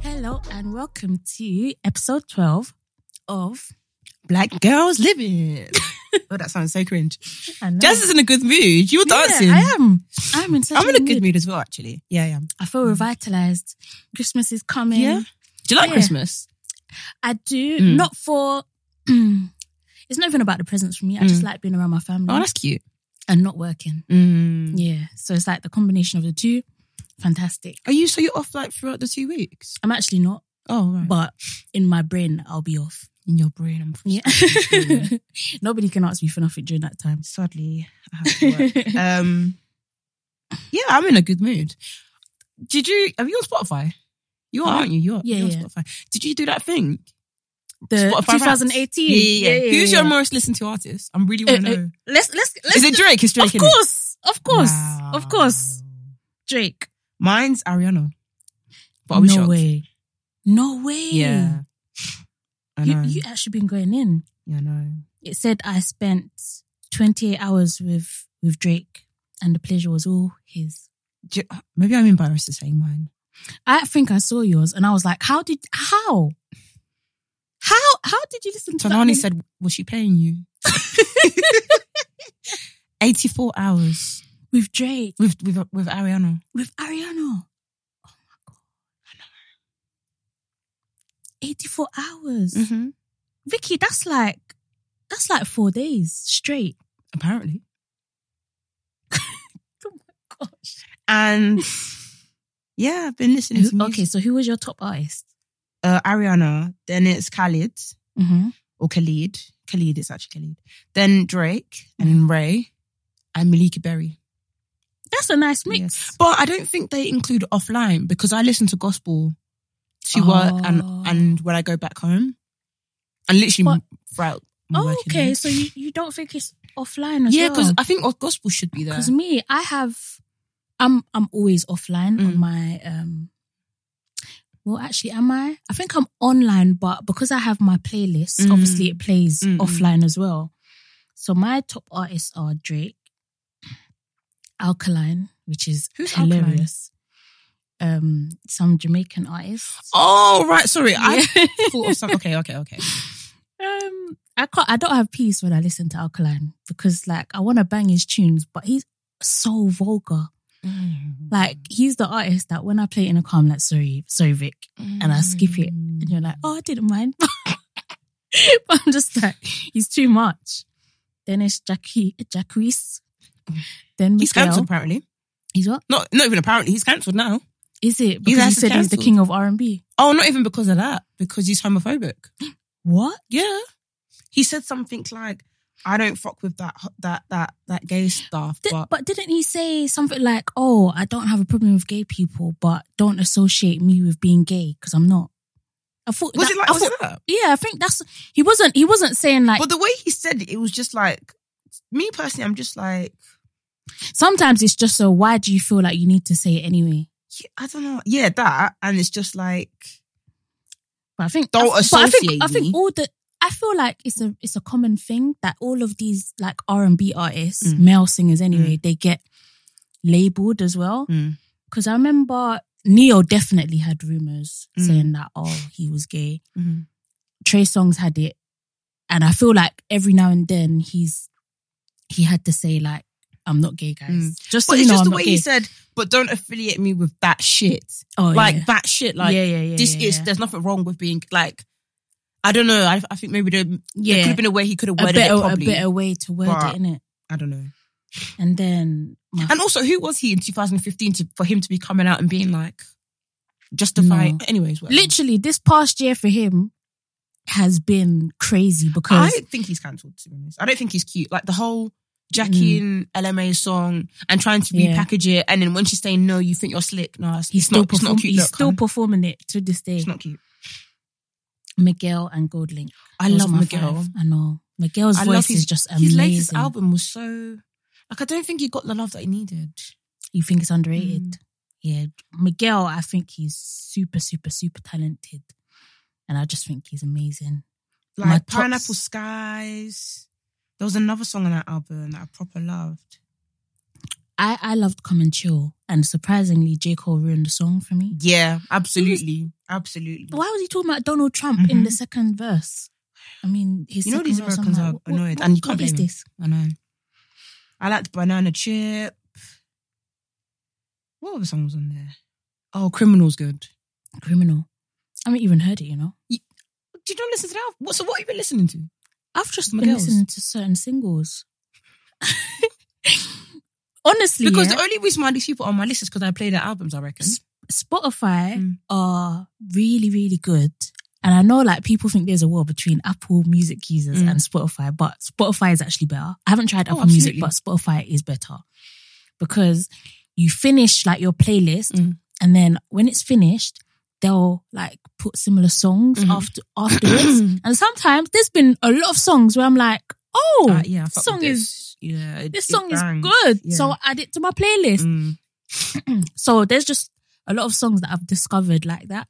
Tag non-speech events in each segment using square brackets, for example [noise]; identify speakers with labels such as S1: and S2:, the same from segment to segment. S1: Hello and welcome to episode 12 of Black
S2: [laughs]
S1: Girls Living. oh, that sounds so cringe.
S2: I know.
S1: Jess is in a good mood. You were
S2: Yeah,
S1: dancing.
S2: I am. I'm in such
S1: I'm in a good
S2: mood.
S1: mood as well, actually. Yeah, I am.
S2: I feel revitalized. Christmas is coming.
S1: Yeah? Do you like
S2: Yeah.
S1: Christmas? Oh,
S2: I do.
S1: Mm.
S2: Not for. [clears throat] it's not even about the presents for me. I
S1: Mm.
S2: just like being around my family
S1: Oh, that's cute.
S2: and not working.
S1: Mm.
S2: Yeah. So it's like the combination of the two. Fantastic.
S1: Are you so you're off like throughout the two weeks?
S2: I'm actually not,
S1: Oh, right.
S2: but in my brain, I'll be off.
S1: in your brain, I'm
S2: Yeah. [laughs] Nobody can ask me for nothing during that time.
S1: sadly. I have to [laughs] work. um, yeah, I'm in a good mood. Did you? Are you on Spotify? You are, aren't you? You are.
S2: Yeah,
S1: you're on
S2: yeah.
S1: Spotify. Did you do that thing?
S2: The
S1: Spotify Wrapped?
S2: 2018.
S1: Yeah, yeah, yeah. Who's your
S2: yeah.
S1: most listened to artist? I'm really want
S2: Uh,
S1: to
S2: uh,
S1: know.
S2: Let's let's let's.
S1: Is it Drake? Is Drake?
S2: of
S1: in it?
S2: course, of course, of
S1: Wow.
S2: course, Drake.
S1: Mine's Ariana. But are we
S2: no
S1: shocked?
S2: way. No way.
S1: Yeah. I
S2: You,
S1: know.
S2: you actually been going in.
S1: yeah, I know.
S2: It said I spent 28 hours with with Drake and the pleasure was all his.
S1: Do you- Maybe I'm embarrassed to say mine.
S2: I think I saw yours and I was like, how did how? How how did you listen to that?
S1: Tonani
S2: many-
S1: said, "Was she paying you?" Eighty-four hours
S2: [laughs] with Drake,
S1: with with with Ariana.
S2: with Ariana. Oh my god. 84 hours.
S1: Mm-hmm.
S2: Vicky, that's like that's like four days straight.
S1: Apparently.
S2: Oh my gosh.
S1: And [laughs] yeah, I've been listening to
S2: Who-
S1: music.
S2: okay, so who was your top artist?
S1: Uh, Ariana, then it's Khalid
S2: Mm-hmm.
S1: or Khalid. Khalid, it's actually Khalid. Then Drake
S2: Mm-hmm.
S1: and Ray and Malika Berry.
S2: That's a nice mix.
S1: Yes. But I don't think they include offline because I listen to gospel to work and
S2: Oh.
S1: and when I go back home. And literally throughout my
S2: Oh,
S1: working
S2: okay.
S1: day.
S2: So you, you don't think it's offline as
S1: yeah,
S2: well?
S1: because I think our gospel should be there.
S2: because me, I have, I'm I'm always offline
S1: Mm.
S2: on my um. Well, actually, am I? I think I'm online, but because I have my playlist,
S1: Mm.
S2: obviously it plays
S1: Mm, mm.
S2: offline as well. So my top artists are Drake, Alkaline, which is
S1: Who's Alkaline?
S2: hilarious. Um, some Jamaican artists.
S1: Oh right, sorry. I
S2: Yeah.
S1: [laughs] thought of something. Okay, okay, okay.
S2: [laughs] Um, I can't. I don't have peace when I listen to Alkaline because, like, I want to bang his tunes, but he's so vulgar. Like, he's the artist that when I play it in a car, I'm like, "Sorry, sorry, Vic," and I skip it, and you're like, "Oh, I didn't mind," [laughs] but I'm just like, he's too much. Then it's Jackie, Jacquees. Then
S1: He's
S2: Miguel.
S1: cancelled apparently.
S2: He's what?
S1: Not not even apparently. He's cancelled now.
S2: Is it because he
S1: has to
S2: said he's the
S1: cancel.
S2: king of R and B?
S1: Oh, not even because of that. Because he's homophobic.
S2: What?
S1: Yeah, he said something like, "I don't fuck with that that that that gay stuff."
S2: Did,
S1: but
S2: but didn't he say something like, "Oh, I don't have a problem with gay people, but don't associate me with being gay because I'm not." I thought
S1: was
S2: that-
S1: it like?
S2: I
S1: Was
S2: thought-
S1: it that?
S2: yeah, I think that's he wasn't he wasn't saying like
S1: But the way he said it, it was just like me personally. I'm just like
S2: sometimes it's just so why do you feel like you need to say it anyway?
S1: yeah, I don't know. Yeah, that, and it's just like
S2: But I think
S1: Don't
S2: I, but I think
S1: associate
S2: I think
S1: me.
S2: all the I feel like it's a it's a common thing that all of these like R and B artists,
S1: Mm.
S2: male singers anyway, they get labeled as well.
S1: Mm.
S2: Because I remember Neo definitely had rumors
S1: Mm.
S2: saying that oh he was gay. Trey Songs had it, and I feel like every now and then he's he had to say like, "I'm not gay, guys."
S1: Mm.
S2: Just so
S1: but
S2: you
S1: it's
S2: know,
S1: just
S2: I'm
S1: the
S2: not
S1: way
S2: gay.
S1: he said. But don't affiliate me with that shit.
S2: oh,
S1: like
S2: yeah.
S1: that shit. Like
S2: yeah, yeah, yeah,
S1: this
S2: yeah,
S1: is.
S2: yeah.
S1: There's nothing wrong with being like. I don't know. I, I think maybe there, there
S2: Yeah.
S1: could have been a way he could have
S2: a
S1: worded
S2: better
S1: it
S2: a
S1: probably.
S2: better way to word
S1: But-
S2: it, innit?
S1: I don't know.
S2: And then my
S1: And also, who was he in 2015 to, for him to be coming out and being like, justify?
S2: No.
S1: Anyways, whatever.
S2: literally this past year for him has been crazy because
S1: I think he's cancelled. To be honest, I don't think he's cute. Like the whole Jackie and LMA's song and trying to
S2: Mm. Yeah.
S1: repackage it. And then when she's saying no, you think you're slick. No, it's,
S2: He's
S1: it's
S2: still
S1: not, it's not
S2: perform-
S1: a cute.
S2: he's
S1: look,
S2: still
S1: hun.
S2: performing it to this day.
S1: it's not cute.
S2: Miguel and Goldlink.
S1: I
S2: Those
S1: love
S2: are my
S1: Miguel.
S2: five. I know Miguel's
S1: I
S2: voice
S1: love his
S2: is just amazing.
S1: His latest album was so like I don't think he got the love that he needed.
S2: You think it's underrated?
S1: Mm.
S2: Yeah, Miguel. I think he's super, super, super talented, and I just think he's amazing.
S1: Like
S2: My tops.
S1: Pineapple Skies. There was another song on that album that I proper loved.
S2: I I loved Come and Chill, and surprisingly, J Cole ruined the song for me.
S1: Yeah, absolutely, absolutely.
S2: Why was he talking about Donald Trump in
S1: Mhm.
S2: the second verse? I mean, his
S1: You know
S2: second
S1: these
S2: verse, I'm
S1: Americans
S2: like,
S1: are
S2: what- what-
S1: annoyed, and you
S2: what
S1: can't
S2: is
S1: blame 'em.
S2: this?
S1: I know. I liked Banana Chip. What other song was on there? Oh, Criminal's good.
S2: Criminal. I haven't even heard it. You know,
S1: Did you not listen to that? What, so what have you been listening to?
S2: I've just been
S1: Miguel's.
S2: listening to certain singles. [laughs] Honestly,
S1: Because
S2: yeah.
S1: the only reason why these people are on my list is because I play their albums, I reckon.
S2: S- Spotify
S1: Mm.
S2: are really, really good. And I know like people think there's a war between Apple music users
S1: Mm.
S2: and Spotify, but Spotify is actually better. I haven't tried
S1: Oh,
S2: Apple Music,
S1: absolutely.
S2: but Spotify is better because you finish like your playlist
S1: Mm.
S2: and then when it's finished, they'll like put similar songs
S1: Mhm.
S2: after afterwards.
S1: [clears throat]
S2: and sometimes there's been a lot of songs where I'm like, oh,
S1: Uh, yeah, I fuck with
S2: song
S1: this.
S2: is-
S1: yeah, it-
S2: this
S1: it
S2: song is
S1: bangs.
S2: good.
S1: Yeah.
S2: So add it to my playlist.
S1: Mm.
S2: So there's just a lot of songs that I've discovered like that.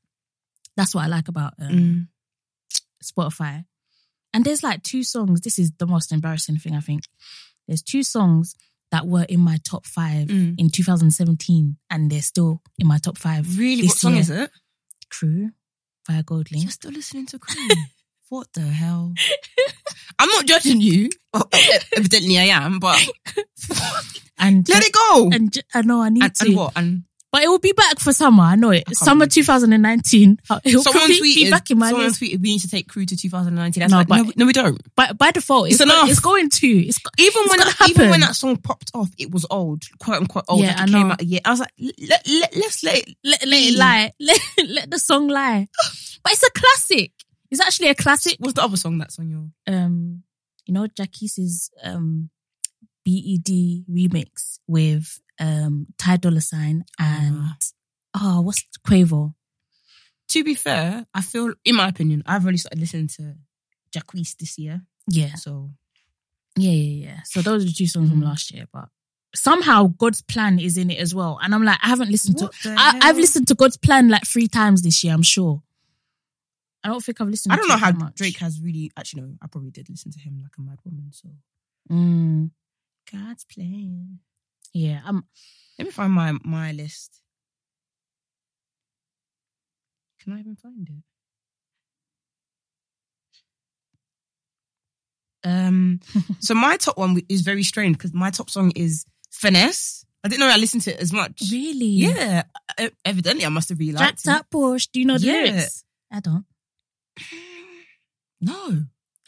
S2: That's what I like about um,
S1: Mm.
S2: Spotify. And there's like two songs. This is the most embarrassing thing I think. There's two songs that were in my top five
S1: Mm.
S2: in 2017, and they're still in my top five.
S1: Really,
S2: this
S1: what song
S2: year.
S1: is it?
S2: True by Goldlink.
S1: You're still listening
S2: [laughs]
S1: to Queen. what the hell? I'm not judging you.
S2: Oh,
S1: Evidently, I am, but
S2: and
S1: let it go.
S2: and ju- I know I need
S1: and,
S2: to,
S1: and what? And
S2: but it will be back for summer. I know it.
S1: can't
S2: Summer
S1: believe
S2: 2019. uh, It will
S1: someone
S2: probably
S1: tweeted.
S2: be back in my
S1: someone
S2: list.
S1: tweeted. We need to take crew to 2019. I was
S2: No,
S1: like,
S2: but-
S1: no, no, we don't.
S2: By, by default, it's,
S1: It's
S2: go-
S1: enough.
S2: it's going to. It's go-
S1: Even when
S2: gonna
S1: even when
S2: happen.
S1: that song popped off, it was old, quote unquote old.
S2: Yeah,
S1: like
S2: I
S1: it came
S2: know.
S1: out a year. I was like, let, let, let's let it.
S2: let, let it
S1: Mm.
S2: lie. [laughs] Let, let the song lie. But it's a classic. It's actually a classic.
S1: What's the other song that's on your?
S2: Um, you know, Jackie's um BED remix with um Ty Dolla Sign and
S1: Ah.
S2: oh, what's Quavo?
S1: To be fair, I feel, in my opinion, I've really started listening to Jacquees this year.
S2: Yeah,
S1: So
S2: yeah, yeah, yeah. So those are the two songs from
S1: Mm.
S2: last year, but somehow God's plan is in it as well. And I'm like, I haven't listened
S1: What
S2: to
S1: the
S2: I, I've
S1: hell?
S2: listened to God's plan like three times this year, I'm sure. I don't think I've listened
S1: I don't
S2: to
S1: know
S2: it
S1: how
S2: that much.
S1: Drake has really. Actually, no, I probably did listen to him like a mad woman. So
S2: Mm,
S1: God's playing.
S2: yeah, I'm
S1: Let me find my my list. Can I even find it? Um.
S2: [laughs]
S1: so my top one is very strange because my top song is finesse. I didn't know I listened to it as much.
S2: really
S1: Yeah, e- evidently I must have really
S2: Jacked
S1: liked it.
S2: up Bush. Do you know the
S1: Yeah.
S2: lyrics? I don't.
S1: No. [laughs]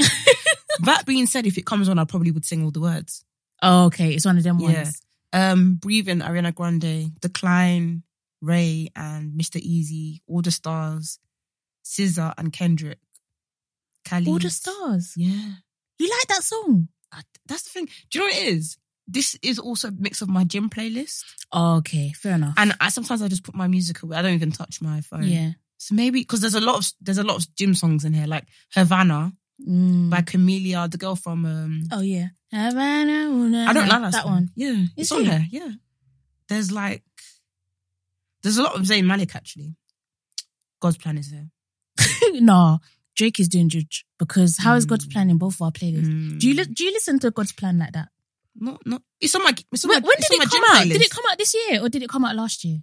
S1: that being said, if it comes on, I probably would sing all the words.
S2: Oh, okay. It's one of them
S1: Yeah.
S2: ones.
S1: Um, Breathing, Ariana Grande, Decline, Ray, and Mr. Easy, All the Stars, Scissor, and Kendrick. Cali.
S2: All the stars.
S1: Yeah.
S2: You like that song?
S1: I- that's the thing. Do you know what it is? This is also a mix of my gym playlist.
S2: Oh, okay, fair enough.
S1: And I sometimes I just put my music away. I don't even touch my phone.
S2: yeah.
S1: So maybe because there's a lot of there's a lot of gym songs in here, like Havana
S2: Mm.
S1: by Camelia, the girl from um
S2: oh yeah. Havana,
S1: I don't like that,
S2: Mm-hmm. that
S1: song.
S2: one. [laughs]
S1: Yeah,
S2: Is
S1: it's on
S2: it?
S1: there. Yeah, there's like there's a lot of Zayn Malik actually. God's plan is there.
S2: no, Drake is doing Judge because how is God's
S1: Mm.
S2: plan in both of our playlists? Do you li- do you listen to God's plan like that?
S1: No, no. Mm. It's on my. It's on
S2: When,
S1: my,
S2: when
S1: it's
S2: did
S1: on
S2: it
S1: my
S2: come
S1: gym
S2: out? Did
S1: playlist.
S2: it come out this year or did it come out last year?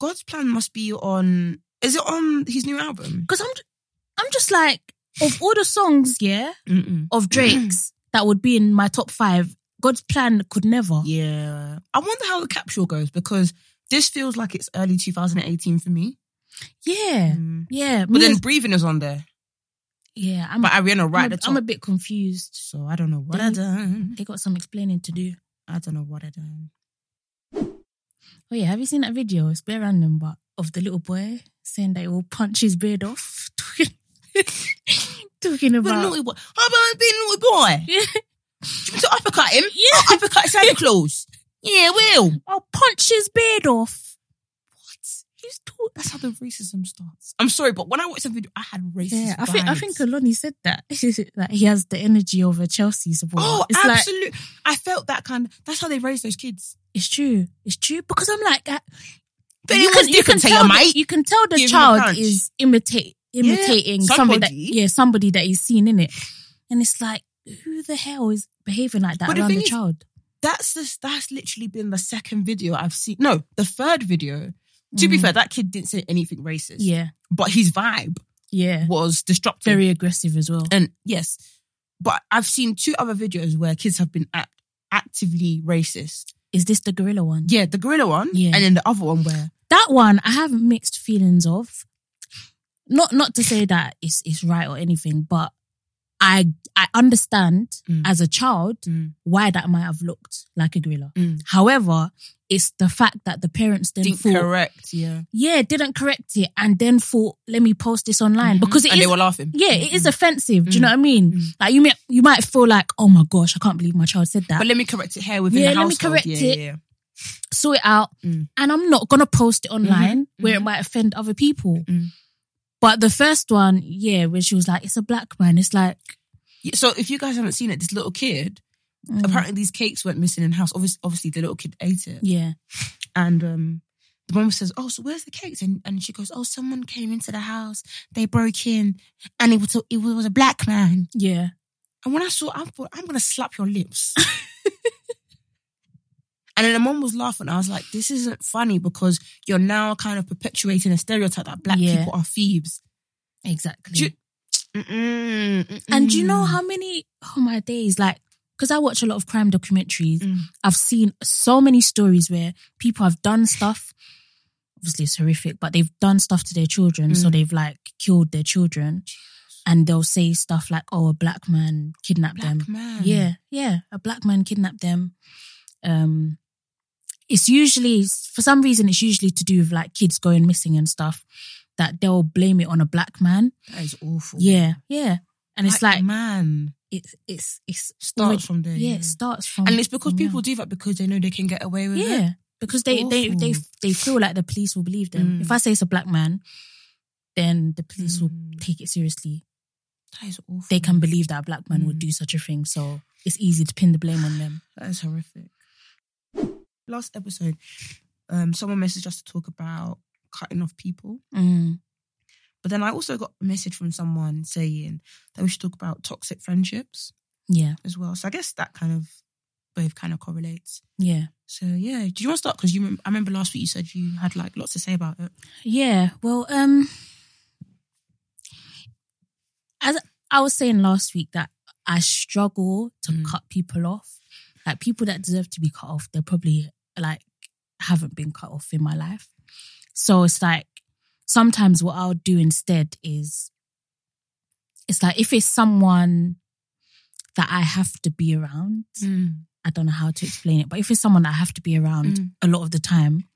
S1: God's plan must be on. Is it on his new album?
S2: Because I'm I'm just like of all the songs, yeah,
S1: Mm-mm.
S2: of Drake's
S1: [clears throat]
S2: that would be in my top five. God's plan could never.
S1: Yeah, I wonder how the capsule goes because this feels like it's early 2018 for me.
S2: Yeah.
S1: Mm.
S2: Yeah, me
S1: But then
S2: as-
S1: breathing is on there,
S2: yeah, I'm,
S1: but Ariana right
S2: I'm,
S1: at
S2: a,
S1: the top.
S2: Mm. I'm a bit confused.
S1: so I don't know what I done.
S2: They got some explaining to do.
S1: I don't know what I done.
S2: Oh yeah, have you seen that video? It's bare random, but of the little boy saying that he will punch his beard off, [laughs] talking, talking
S1: But
S2: about [laughs]
S1: naughty boy, I've been naughty boy. Do you want me to uppercut him? Yeah. I'll uppercut Santa Claus. Yeah, will.
S2: I'll punch his beard off.
S1: He's tall. That's how the racism starts. I'm sorry, but when I watched the video, I had racist.
S2: Yeah, I think I
S1: vibes.
S2: think Aloni said that. [laughs] like he has the energy of a Chelsea supporter.
S1: Oh,
S2: it's like
S1: absolutely. I felt that kind. Of, that's how they raise those kids.
S2: it's true. It's true because I'm like, I,
S1: But it was different to your
S2: tell
S1: mate.
S2: The, you can tell the
S1: Give him a
S2: child
S1: punch.
S2: is imitate imitating somebody that
S1: somebody.
S2: yeah somebody that he's seen in it, and it's like who the hell is behaving like that
S1: But the
S2: around the,
S1: thing is-
S2: child?
S1: That's the, that's literally been the second video I've seen. No, the third video. To be
S2: Mm.
S1: fair, that kid didn't say anything racist.
S2: Yeah,
S1: But his vibe
S2: yeah,
S1: was destructive.
S2: very aggressive as well.
S1: And yes, but I've seen two other videos where kids have been act- actively racist.
S2: Is this the gorilla one?
S1: Yeah, the gorilla one,
S2: Yeah.
S1: and then the other one where
S2: that one I have mixed feelings of. Not not to say that it's it's right or anything, but I I understand
S1: Mm.
S2: as a child
S1: Mm.
S2: why that might have looked like a gorilla.
S1: Mm.
S2: However, it's the fact that the parents then
S1: didn't
S2: thought,
S1: correct, yeah,
S2: yeah, didn't correct it, and then thought, let me post this online
S1: Mhm.
S2: because it
S1: and
S2: is-
S1: they were laughing.
S2: yeah, it is offensive. Do you
S1: Mm.
S2: know what I mean?
S1: Mm.
S2: Like you may you might feel like, oh my gosh, I can't believe my child said that.
S1: But let me correct it here within
S2: Yeah,
S1: the
S2: let me
S1: household.
S2: correct
S1: yeah,
S2: it.
S1: Yeah, yeah.
S2: sort it out
S1: Mm. Mm-hmm.
S2: and I'm not gonna post it online where it might offend other people.
S1: Mm.
S2: But the first one, yeah, where she was like, it's a black man. It's like,
S1: Yeah, So if you guys haven't seen it, this little kid.
S2: mm,
S1: Apparently, these cakes went missing in the house. Obviously, obviously, the little kid ate it,
S2: yeah,
S1: and um, the mom says, "Oh, so where's the cakes?" And and she goes, "Oh, someone came into the house. They broke in, and it was a, it was a black man."
S2: yeah.
S1: And when I saw, I thought, I'm gonna slap your lips. [laughs] and then the mom was laughing. I was like, this isn't funny because you're now kind of perpetuating a stereotype that black
S2: Yeah.
S1: people are thieves.
S2: Exactly.
S1: Do you- Mm-mm, mm-mm.
S2: and do you
S1: Mm.
S2: know how many, oh my days, like, because I watch a lot of crime documentaries,
S1: Mm.
S2: I've seen so many stories where people have done stuff. Obviously, it's horrific, but they've done stuff to their children. So
S1: Mm.
S2: they've like killed their children. And they'll say stuff like, oh, a black man kidnapped
S1: black
S2: them.
S1: man?
S2: Yeah, yeah. A black man kidnapped them. Um, it's usually for some reason it's usually to do with like kids going missing and stuff that they'll blame it on a black man.
S1: that is awful.
S2: Yeah, yeah. And it's
S1: Black
S2: like
S1: man
S2: it's it's it's
S1: starts
S2: already-
S1: from there.
S2: yeah, it starts from
S1: Mm. and it's because
S2: from
S1: people
S2: young.
S1: do that because they know they can get away with it.
S2: yeah because they, they they
S1: awful.
S2: they feel like the police will believe them.
S1: Mm.
S2: If I say it's a black man, then the police will
S1: Mm.
S2: take it seriously.
S1: That is awful.
S2: They can believe that a black man would
S1: Mm.
S2: do such a thing, so it's easy to pin the blame on them.
S1: That is horrific. Last episode, um, someone messaged us to talk about cutting off people.
S2: Mm.
S1: But then I also got a message from someone saying that we should talk about toxic friendships
S2: Yeah,
S1: as well. So I guess that kind of both kind of correlates.
S2: yeah.
S1: So yeah, do you want to start? Because you, rem- I remember last week you said you had like lots to say about it.
S2: Yeah. Well, um as I was saying last week that I struggle to
S1: Mm.
S2: cut people off. Like people that deserve to be cut off, they probably like haven't been cut off in my life. So it's like sometimes what I'll do instead is it's like if it's someone that I have to be around, I don't know how to explain it, but if it's someone that I have to be around
S1: Mm.
S2: a lot of the time,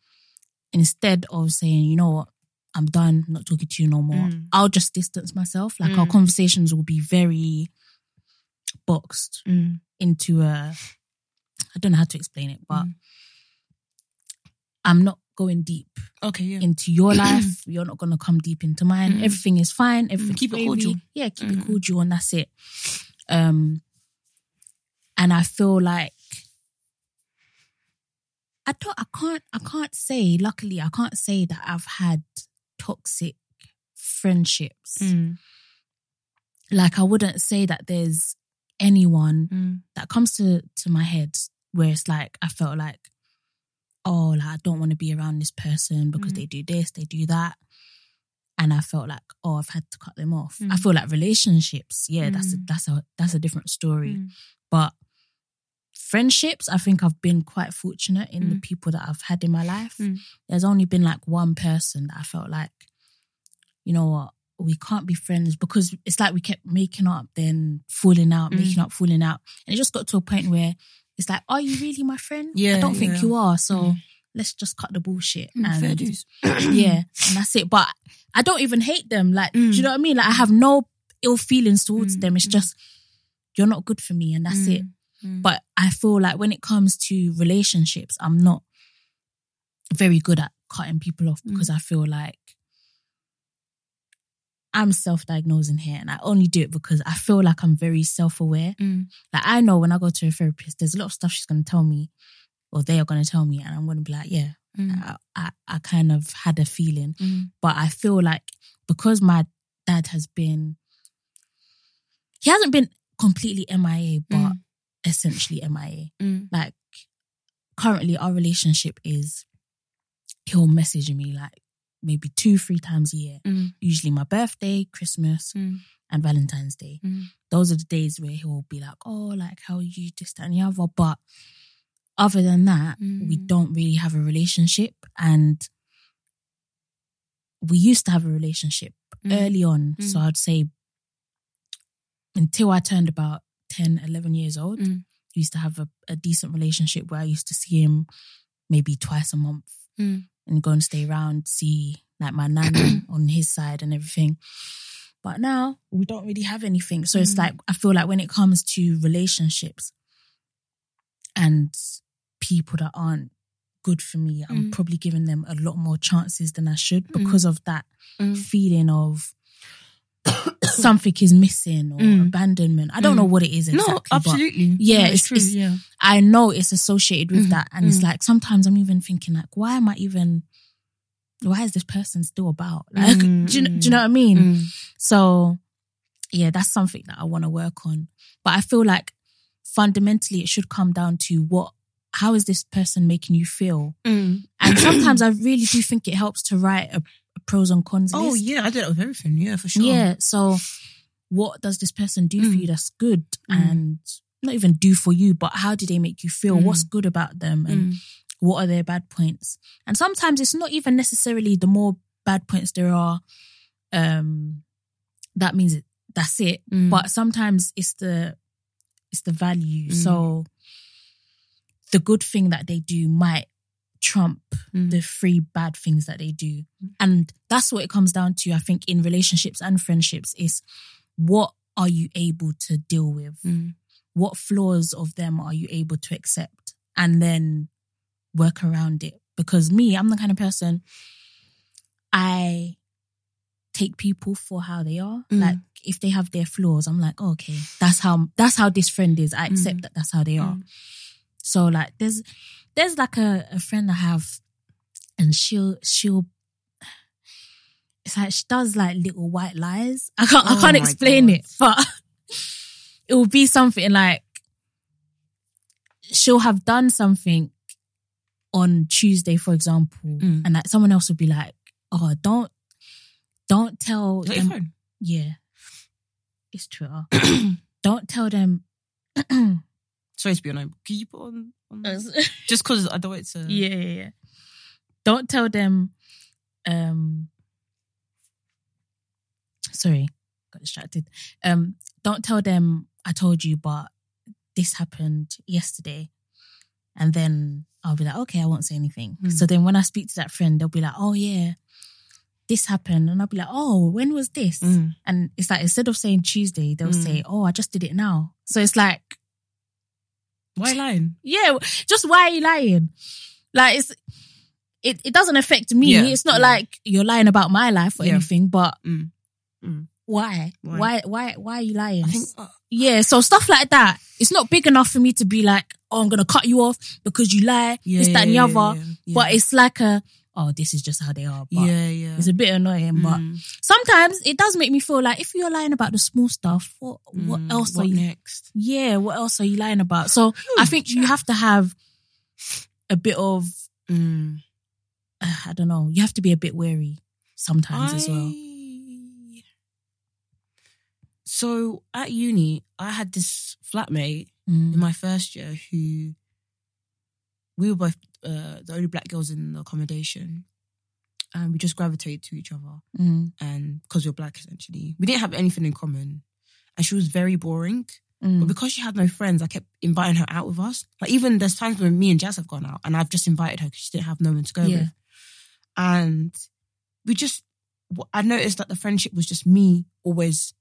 S2: instead of saying, you know what, I'm done, I'm not talking to you no more,
S1: Mm.
S2: I'll just distance myself. Like our
S1: Mm.
S2: conversations will be very boxed into a, I don't know how to explain it, but
S1: Mm.
S2: I'm not going deep
S1: Okay, yeah,
S2: into
S1: [clears throat]
S2: your life. You're not going to come deep into mine.
S1: Mm.
S2: Everything is fine. Everything
S1: keep it
S2: wavy.
S1: cordial.
S2: Yeah, keep it
S1: Mm.
S2: cordial, and that's it. Um, and I feel like I don't. I can't. I can't say. Luckily, I can't say that I've had toxic friendships.
S1: Mm.
S2: Like I wouldn't say that there's anyone
S1: mm.
S2: that comes to to my head where it's like I felt like, oh, like I don't want to be around this person because
S1: Mm.
S2: they do this, they do that, and I felt like, oh, I've had to cut them off. I
S1: Mm.
S2: feel like relationships, yeah, that's a,
S1: Mm.
S2: that's a that's a different story,
S1: Mm.
S2: but friendships, I think I've been quite fortunate in the
S1: Mm.
S2: people that I've had in my life.
S1: Mm.
S2: There's only been like one person that I felt like, you know what. We can't be friends because it's like we kept making up, then falling out,
S1: Mm.
S2: making up, falling out. And it just got to a point where it's like, are you really my friend? I
S1: Yeah,
S2: don't think
S1: yeah.
S2: you are. So
S1: Mm.
S2: let's just cut the bullshit.
S1: Mm, fair
S2: and-
S1: dues. [clears throat]
S2: yeah, and that's it. But I don't even hate them. Like, do you
S1: Mm.
S2: know what I mean? Like, I have no ill feelings towards
S1: Mm,
S2: them. It's
S1: mm.
S2: just you're not good for me, and that's it. But I feel like when it comes to relationships, I'm not very good at cutting people off
S1: Mm.
S2: because I feel like I'm self diagnosing here and I only do it because I feel like I'm very self aware.
S3: Mm.
S2: Like I know when I go to a therapist, there's a lot of stuff she's going to tell me or they are going to tell me, and I'm going to be like, yeah,
S1: mm,
S2: I, I, I kind of had a feeling.
S3: Mm.
S2: But I feel like because my dad has been, he hasn't been completely MIA, but
S3: Mm.
S2: essentially MIA.
S3: Mm.
S2: Like currently, our relationship is he'll message me like maybe two, three times a year.
S3: Mm.
S2: Usually my birthday, Christmas,
S3: Mm.
S2: and Valentine's Day.
S3: Mm.
S2: Those are the days where he'll be like, "Oh, like how are you this that, and the other." But other than that, we
S3: Mm.
S2: don't really have a relationship, and we used to have a relationship
S3: Mm.
S2: early on. So
S3: Mm.
S2: I'd say until I turned about 10, 11 years old,
S3: Mm.
S2: we used to have a, a decent relationship where I used to see him maybe twice a month
S3: Mm.
S2: and go and stay around, see like my
S3: [clears throat]
S2: nanny on his side and everything. But now we don't really have anything. So it's
S3: Mm.
S2: like, I feel like when it comes to relationships and people that aren't good for me, I'm
S3: Mm.
S2: probably giving them a lot more chances than I should
S3: Mm.
S2: because of that
S3: Mm.
S2: feeling of [coughs] something is missing or
S3: Mm.
S2: abandonment. I don't
S3: Mm.
S2: know what it is exactly.
S3: no,
S2: but
S3: absolutely.
S2: Yeah,
S3: No,
S2: it's-
S3: true.
S2: it's-
S3: yeah.
S2: I know it's associated with
S3: Mhm.
S2: that. And it's
S3: Mm.
S2: like sometimes I'm even thinking like, why am I even why is this person still about? [laughs] Like
S3: Mm,
S2: do, you, do
S3: mm.
S2: you know what I mean?
S3: Mm.
S2: So yeah, that's something that I want to work on. But I feel like fundamentally it should come down to what how is this person making you feel?
S3: Mm.
S2: And sometimes I really do think it helps to write a, a pros and cons
S1: Oh,
S2: list.
S1: yeah, I did that with everything. Yeah, for sure.
S2: Yeah. So, what does this person do for
S3: Mm.
S2: you that's good
S3: Mm.
S2: and not even do for you, but how do they make you feel?
S3: Mm.
S2: What's good about them and
S3: Mm.
S2: what are their bad points? And sometimes it's not even necessarily the more bad points there are, um, that means it, that's it.
S3: Mm.
S2: But sometimes it's the it's the value.
S3: Mm.
S2: So the good thing that they do might trump
S3: Mm.
S2: the three bad things that they do. And that's what it comes down to, I think, in relationships and friendships is what are you able to deal with?
S3: Mm.
S2: What flaws of them are you able to accept? And then work around it. Because me, I'm the kind of person I take people for how they are.
S3: Mm.
S2: Like if they have their flaws, I'm like, oh, okay, that's how that's how this friend is. I
S1: Mm.
S2: accept that that's how they are. So like there's there's like a, a friend I have and she'll she'll it's like she does like little white lies. I can't I
S1: Oh
S2: can't
S1: my
S2: explain
S1: God.
S2: it, but [laughs] it will be something like she'll have done something on Tuesday, for example,
S3: Mm.
S2: and like someone else will be like, "Oh, don't don't tell
S1: Is that your
S2: them
S1: phone?
S2: yeah. It's
S1: [clears throat]
S2: Twitter. Don't tell them.
S1: Sorry to be on. um, Can you put on?
S2: Oh,
S1: on just because I don't want it to.
S2: yeah, yeah, yeah. Don't tell them. Um, sorry, got distracted. Um, don't tell them I told you, but this happened yesterday, and then I'll be like, okay, I won't say anything.
S1: Hmm.
S2: So then when I speak to that friend, they'll be like, oh yeah, this happened, and I'll be like, oh, when was this?
S1: Mm.
S2: And it's like instead of saying Tuesday, they'll
S1: Mm.
S2: say, oh, I just did it now. So it's like.
S1: Why lying?
S2: Yeah, just why are you lying? Like it's it, it doesn't affect me.
S1: Yeah,
S2: It's not
S1: yeah.
S2: like you're lying about my life or
S1: Yeah.
S2: anything, but
S1: Mm. Mm.
S2: Why?
S1: Why?
S2: Why why why are you lying?
S1: I think. Uh,
S2: yeah, so stuff like that. It's not big enough for me to be like, oh, I'm gonna cut you off because you lie,
S1: yeah,
S2: this, that, and the
S1: yeah,
S2: other.
S1: yeah, yeah.
S2: But it's like a oh, this is just how they are. But
S1: yeah, yeah.
S2: it's a bit annoying, but
S1: Mm.
S2: sometimes it does make me feel like if you're lying about the small stuff, what what
S1: Mm.
S2: else
S1: What
S2: are you
S1: next?
S2: yeah, what else are you lying about? So I think you have to have a bit of,
S1: Mm.
S2: uh, I don't know, you have to be a bit wary sometimes as well.
S1: I- So at uni, I had this flatmate
S2: Mm.
S1: in my first year who we were both uh, the only black girls in the accommodation, and we just gravitated to each other.
S2: Mm.
S1: And because we were black, essentially, we didn't have anything in common, and she was very boring.
S2: Mm.
S1: But because she had no friends, I kept inviting her out with us. Like even there's times when me and Jazz have gone out, and I've just invited her because she didn't have no one to go
S2: Yeah.
S1: with. And we just, w- I noticed that the friendship was just me always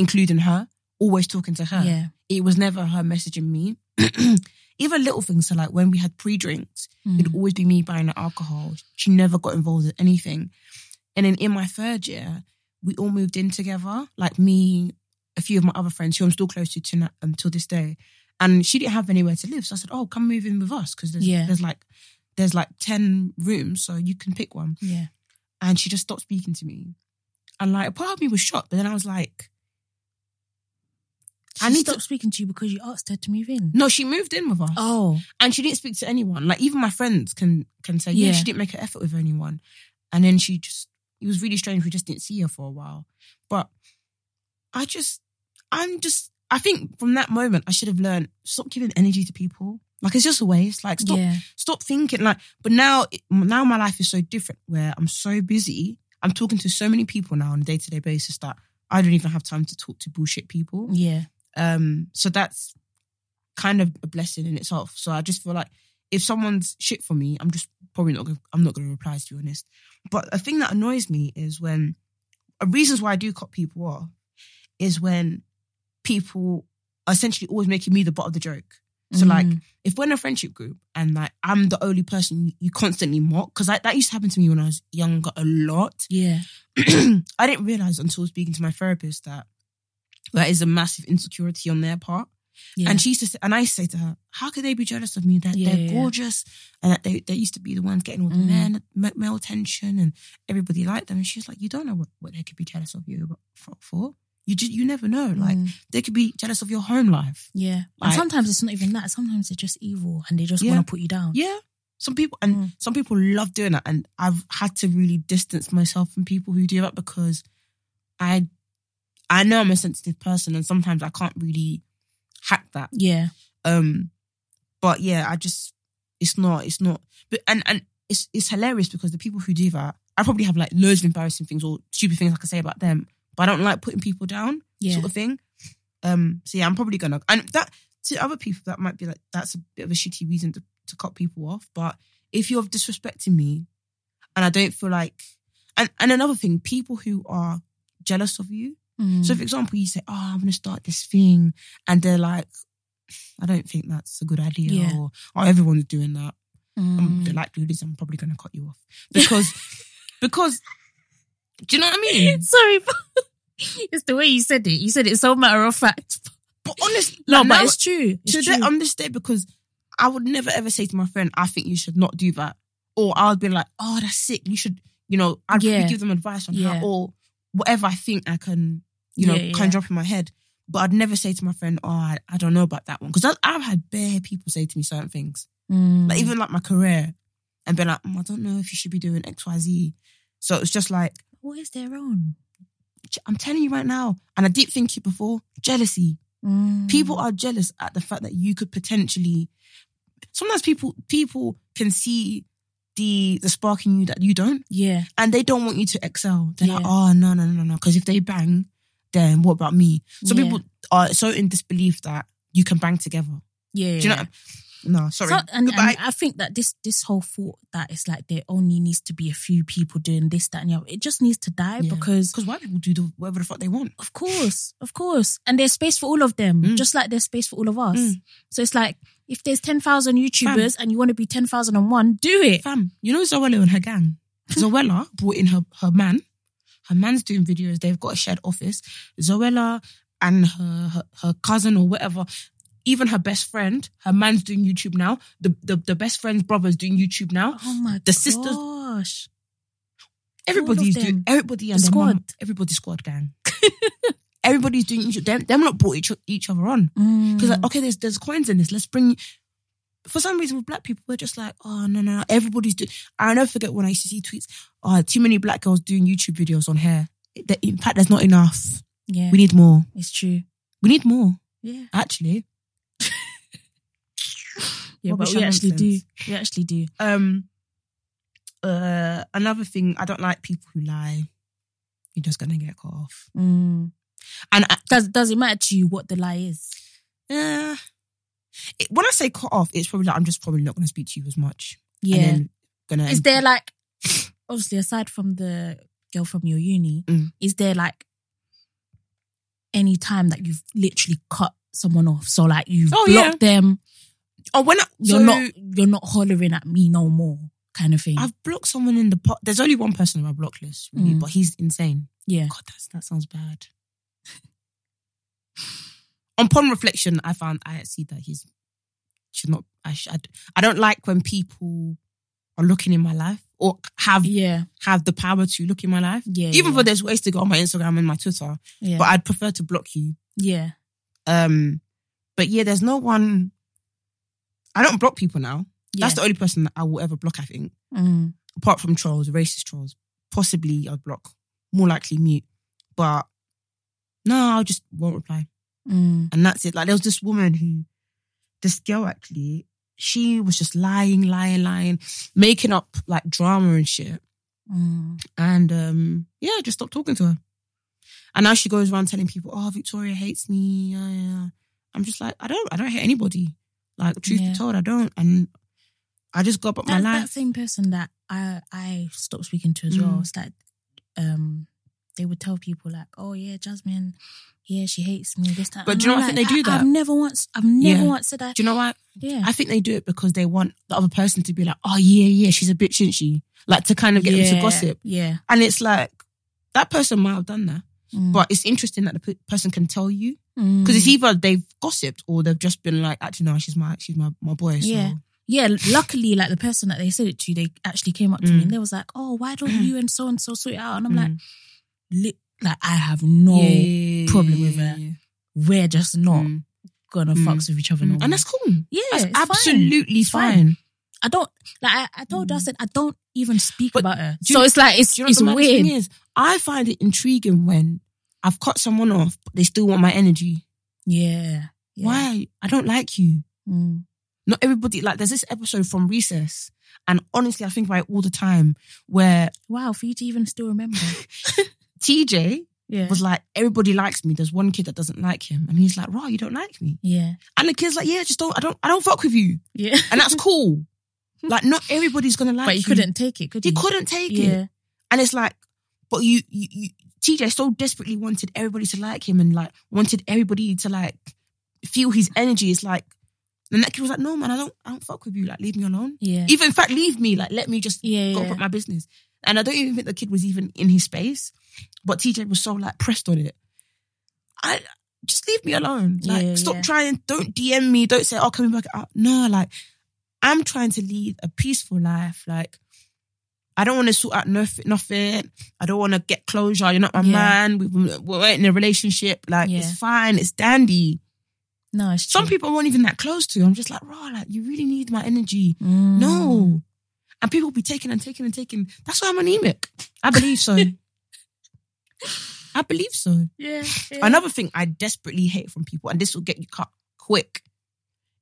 S1: including her, always talking to her.
S2: Yeah.
S1: It was never her messaging me. [clears throat] Even little things, so like when we had pre drinks,
S2: Hmm.
S1: it'd always be me buying the alcohol. She never got involved in anything. And then in my third year, we all moved in together. Like me, a few of my other friends who I'm still close to to until this day. And she didn't have anywhere to live, so I said, "Oh, come move in with us because there's
S2: Yeah.
S1: there's like there's like ten rooms, so you can pick one."
S2: Yeah.
S1: and she just stopped speaking to me. And like, part of me was shocked, but then I was like,
S2: She
S1: I need
S2: stopped
S1: to.
S2: speaking to you because you asked her to move in.
S1: No, she moved in with us,
S2: Oh.
S1: and she didn't speak to anyone. Like even my friends can can say, yeah,
S2: Yeah.
S1: she didn't make an effort with anyone. And then she just, it was really strange. We just didn't see her for a while. But I just, I'm just, I think from that moment, I should have learned stop giving energy to people. Like it's just a waste. Like stop
S2: Yeah.
S1: stop thinking like but now now my life is so different where i'm so busy i'm talking to so many people now on a day-to-day basis that i don't even have time to talk to bullshit people
S2: Yeah.
S1: um so that's kind of a blessing in itself so i just feel like if someone's shit for me i'm just probably not gonna, i'm not going to reply to be honest but a thing that annoys me is when uh, reasons why i do cut people off is when people are essentially always making me the butt of the joke so like
S2: Mhm.
S1: if we're in a friendship group and like I'm the only person you, you constantly mock, because that used to happen to me when I was younger a lot.
S2: Yeah.
S1: [clears throat] I didn't realize until speaking to my therapist that that is a massive insecurity on their part.
S2: Yeah.
S1: And she used to say, and I used to say to her, "How could they be jealous of me? That
S2: Yeah,
S1: they're
S2: yeah.
S1: gorgeous and that they they used to be the ones getting all the
S2: Mm.
S1: men ma- male attention and everybody liked them." And she was like, "You don't know what, what they could be jealous of you for. for. You just you never know. Like
S2: Mm.
S1: they could be jealous of your home life.
S2: Yeah.
S1: Like-
S2: and sometimes it's not even that. Sometimes they're just evil and they just
S1: Yeah.
S2: want to put you down.
S1: Yeah. Some people and
S2: Mm.
S1: some people love doing that. And I've had to really distance myself from people who do that because I I know I'm a sensitive person and sometimes I can't really hack that.
S2: Yeah.
S1: Um but yeah, I just it's not it's not but and and it's it's hilarious because the people who do that, I probably have like loads of embarrassing things or stupid things I can say about them. But I don't like putting people down
S2: Yeah.
S1: sort of thing. Um, so yeah, I'm probably gonna and that to other people that might be like that's a bit of a shitty reason to, to cut people off. But if you're disrespecting me, and I don't feel like and and another thing, people who are jealous of you.
S2: Mm.
S1: So for example, you say, "Oh, I'm gonna start this thing," and they're like, "I don't think that's a good idea,"
S2: Yeah.
S1: or "Oh, everyone's doing that." Um,
S2: Mm.
S1: they like to do this. I'm probably gonna cut you
S2: [laughs]
S1: off because because do you know what I
S2: [laughs]
S1: mean?
S2: Sorry, but it's the way you said it. You said it so matter of fact. [laughs]
S1: But honestly,
S2: No,
S1: like,
S2: but
S1: now-
S2: it's true. It's
S1: to
S2: true.
S1: that on this day because I would never ever say to my friend, I think you should not do that. Or I would be like, oh, that's sick. You should, you know, I'd probably
S2: Yeah.
S1: give them advice on
S2: Yeah.
S1: how or whatever I think I can, you know,
S2: Yeah,
S1: conjure
S2: yeah.
S1: up in my head. But I'd never say to my friend, oh, I, I don't know about that one. Because I've had bare people say to me certain things,
S2: Mm.
S1: like even like my career, and be like, mm, I don't know if you should be doing X, Y, Z. So it's just like,
S2: what is their own?
S1: j- I'm telling you right now, and I did think it before jealousy.
S2: Mm.
S1: People are jealous at the fact that you could potentially. Sometimes people people can see the the spark in you that you don't,
S2: Yeah.
S1: and they don't want you to excel. They're like,
S2: Yeah.
S1: oh no no no no no, because if they bang, then what about me? So
S2: Yeah.
S1: people are so in disbelief that you can bang together.
S2: Yeah.
S1: Do you know? What I'm, no, sorry.
S2: So- and, and
S1: Goodbye.
S2: I think that this this whole thought that it's like there only needs to be a few people doing this, that, and the other, it just needs to die
S1: Yeah.
S2: because,
S1: because white people do the, whatever the fuck they want.
S2: of course, of course, and there's space for all of them,
S1: Mm.
S2: just like there's space for all of us.
S1: Mm.
S2: So it's like if there's ten thousand YouTubers and you want to be ten thousand and one, do it.
S1: Fam, you know Zoella and her gang?
S2: [laughs]
S1: Zoella brought in her, her man. Her man's doing videos. They've got a shared office. Zoella and her, her her cousin or whatever, even her best friend, her man's doing YouTube now. The the, the best friend's brother's doing YouTube now.
S2: Oh my
S1: The
S2: gosh.
S1: sisters- Everybody's
S2: all of
S1: doing
S2: them.
S1: everybody and
S2: The
S1: their
S2: squad.
S1: mum- everybody's
S2: [laughs]
S1: squad gang. everybody's doing YouTube. Them, them not brought each, each other on.
S2: Mm.
S1: Because like, oh, okay, there's there's coins in this. Let's bring. For some reason, with black people, we're just like, oh no no, no. everybody's doing. I never forget when I used to see tweets. Oh, too many black girls doing YouTube videos on hair. The impact there's not enough.
S2: yeah,
S1: We need more.
S2: it's true.
S1: We need more.
S2: Yeah.
S1: Actually,
S2: Yeah,
S1: Rubbish
S2: but we
S1: and
S2: actually
S1: nonsense.
S2: do. We actually do.
S1: um, uh, another thing I don't like people who lie. You're just gonna get cut off.
S2: Mm.
S1: And I,
S2: Does does it matter to you what the lie is?
S1: eh, it- when I say cut off, it's probably like I'm just probably not gonna speak to you as much.
S2: Yeah.
S1: And then gonna
S2: is there like obviously aside from the girl from your uni,
S1: Mm.
S2: is there like any time that you've literally cut someone off. So like you've
S1: Oh, yeah.
S2: blocked them.
S1: Oh, when I,
S2: You're
S1: so
S2: not you're not hollering at me no more, kind of thing.
S1: I've blocked someone in the pot. There's only one person on my block list, really,
S2: Mm.
S1: but he's insane.
S2: yeah.
S1: God, that's, that sounds bad. [laughs] Upon reflection, I found I see that he's should not. I should, I d- I don't like when people are looking in my life or have
S2: Yeah.
S1: have the power to look in my life.
S2: Yeah,
S1: Even
S2: yeah.
S1: though there's ways to go on my Instagram and my Twitter,
S2: Yeah.
S1: but I'd prefer to block you.
S2: yeah.
S1: Um, but yeah, there's no one. I don't block people now. That's the
S2: Yeah.
S1: only person that I will ever block. I think,
S2: Mm.
S1: apart from trolls, racist trolls, possibly I'd block, more likely mute, but no, I just won't reply,
S2: Mm.
S1: and that's it. Like there was this woman who, this girl actually, she was just lying, lying, lying, making up like drama and shit,
S2: Mm.
S1: and um, yeah, I just stopped talking to her, and now she goes around telling people, "Oh, Victoria hates me." Yeah, yeah. I'm just like, I don't, I don't hate anybody. Like truth
S2: Yeah.
S1: be told, I don't, and I just go about my
S2: That,
S1: life.
S2: that same person that I I stopped speaking to as
S1: Mm.
S2: well. It's like um they would tell people like, Oh yeah, Jasmine, yeah, she hates me, this time.
S1: But do you know what I think they do
S2: I've
S1: that?
S2: never once I've never
S1: Yeah.
S2: once said that.
S1: Do you know what?
S2: Yeah.
S1: I think they do it because they want the other person to be like, oh, yeah, yeah, she's a bitch, isn't she? Like to kind of get them to
S2: Yeah,
S1: gossip.
S2: Yeah.
S1: And it's like, that person might have done that.
S2: Mm.
S1: But it's interesting that the p- person can tell you because
S2: Mm.
S1: it's either they've gossiped or they've just been like, actually, no, she's my, she's my, my boy. So.
S2: Yeah. yeah, luckily, like the person that they said it to, they actually came up to
S1: Mm.
S2: me and they was like, "Oh, why don't you and so and so sort it out?" And I'm like, "Li- "Like, I have no, problem with that.
S1: it.
S2: we're just not
S1: Mm.
S2: gonna
S1: Mm.
S2: fucks with each other." No more.
S1: And that's cool.
S2: yeah,
S1: That's
S2: it's fine.
S1: absolutely
S2: It's
S1: fine.
S2: fine. I don't like. I, I told her, I said, I don't even speak
S1: But
S2: about her.
S1: do you
S2: So
S1: know-
S2: it's like it's
S1: Do you know
S2: it's
S1: what the mad
S2: weird.
S1: thing is? I find it intriguing when I've cut someone off, but they still want my energy.
S2: Yeah. yeah.
S1: Why? I don't like you.
S2: Mm.
S1: not everybody like there's this episode from recess and honestly i think about it all the time where
S2: Wow, for you to even still remember.
S1: tj
S2: Yeah.
S1: was like everybody likes me there's one kid that doesn't like him and he's like right you don't like me
S2: yeah.
S1: and the kid's like yeah just don't i don't i don't fuck with you
S2: Yeah.
S1: and that's cool like not everybody's gonna like
S2: [laughs] but you
S1: you
S2: couldn't take it, could
S1: you
S2: you?
S1: couldn't take
S2: Yeah.
S1: it and it's like but you, you you tj so desperately wanted everybody to like him and like wanted everybody to like feel his energy it's like and that kid was like no man i don't i don't fuck with you like leave me alone
S2: Yeah.
S1: even in fact leave me like let me just
S2: Yeah,
S1: go
S2: yeah.
S1: about my business and i don't even think the kid was even in his space but tj was so like pressed on it i just leave me alone like
S2: Yeah,
S1: stop
S2: yeah.
S1: trying don't dm me don't say oh can we work it out no like i'm trying to lead a peaceful life like I don't want to sort out nothing. nothing. I don't want to get closure. You're not my
S2: Yeah.
S1: man. We, we're in a relationship. Like,
S2: Yeah.
S1: it's fine. It's dandy.
S2: no, it's
S1: Some
S2: true.
S1: people weren't even that close to. I'm just like, raw, like, you really need my energy.
S2: Mm.
S1: No. And people be taking and taking and taking. That's why I'm anemic. I
S2: [laughs]
S1: believe so. I believe so.
S2: Yeah. yeah.
S1: Another thing I desperately hate from people, and this will get you cut quick,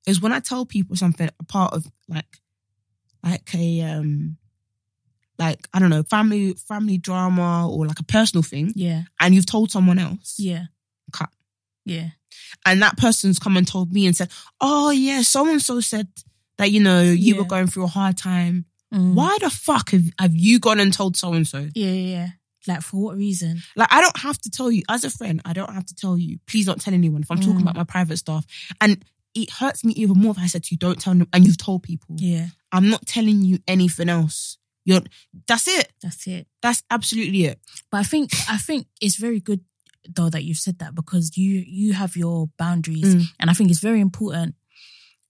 S1: is when I tell people something a part of like like a um like I don't know, family family drama or like a personal thing,
S2: Yeah.
S1: and you've told someone else.
S2: Yeah.
S1: Cut.
S2: Yeah.
S1: and that person's come and told me and said, "Oh yeah, so and so said that you know you were
S2: Yeah.
S1: going through a hard time.
S2: Mm.
S1: Why the fuck have, have you gone and told so and so?
S2: Yeah, yeah, yeah. Like for what reason?
S1: Like I don't have to tell you as a friend. I don't have to tell you. Please don't tell anyone if I'm talking
S2: Mm.
S1: about my private stuff. And it hurts me even more if I said to you, "Don't tell them," and you've told people.
S2: Yeah,
S1: I'm not telling you anything else. You're that's it.
S2: that's it.
S1: That's absolutely it.
S2: But I think I think it's very good though that you've said that because you you have your boundaries,
S1: Mm.
S2: and I think it's very important.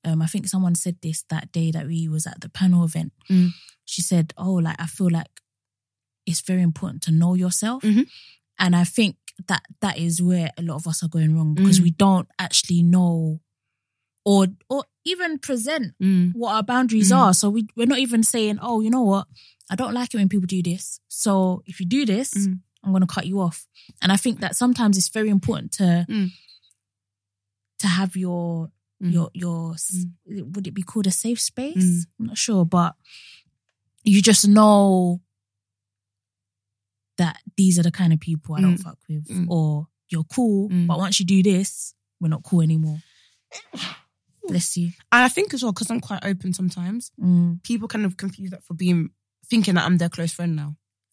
S2: Um, I think someone said this that day that we was at the panel event.
S1: Mm.
S2: She said, "Oh, like I feel like it's very important to know yourself,"
S1: Mhm.
S2: and I think that that is where a lot of us are going wrong because
S1: Mm.
S2: we don't actually know, or or even present
S1: Mm.
S2: what our boundaries
S1: Mm.
S2: are. So we we're not even saying, oh, you know what? I don't like it when people do this. So if you do this,
S1: Mm.
S2: I'm gonna cut you off. And I think that sometimes it's very important to
S1: Mm.
S2: to have your
S1: Mm.
S2: your your s would it be called a safe space?
S1: Mm.
S2: I'm not sure, but you just know that these are the kind of people I don't
S1: Mm.
S2: fuck with,
S1: Mm.
S2: or you're cool,
S1: Mm.
S2: but once you do this, we're not cool anymore. Bless you.
S1: And I think as well because I'm quite open sometimes.
S2: Mm.
S1: People kind of confuse that for being thinking that I'm their close friend now.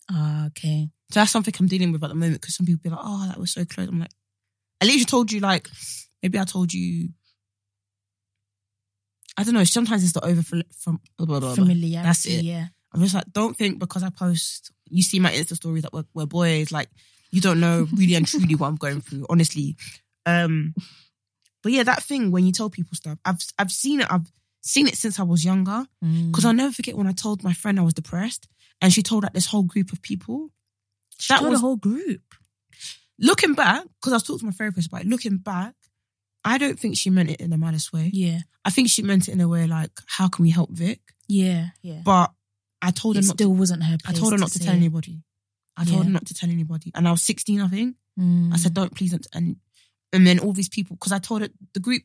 S2: Ah, okay.
S1: So that's something I'm dealing with at the moment because some people be like, oh, that was so close. I'm like, At least you told you like maybe I told you. I don't know. Sometimes it's the over from blah, blah, blah, blah.
S2: Familiarity,
S1: That's it.
S2: yeah.
S1: I'm just like, don't think because I post, you see my Insta stories that we're, we're boys, like you don't know really and truly what I'm going through, honestly. Um, but yeah, that thing when you tell people stuff, I've I've seen it. I've seen it since I was younger
S2: Mm.
S1: because I'll never forget when I told my friend I was depressed, and she told like this whole group of people.
S2: She told a whole group.
S1: looking back because I was talking to my therapist about it. Looking back, I don't think she meant it in a malice way.
S2: Yeah,
S1: I think she meant it in a way like, how can we help Vic?
S2: yeah, yeah.
S1: But I told her
S2: it
S1: not to
S2: still wasn't her
S1: I
S2: place.
S1: told her not to,
S2: say
S1: tell
S2: it.
S1: anybody. I told
S2: Yeah.
S1: her not to tell anybody. And I was 16, I think. I
S2: Mm.
S1: said, don't please. Don't. And, and then all these people, because I told her the group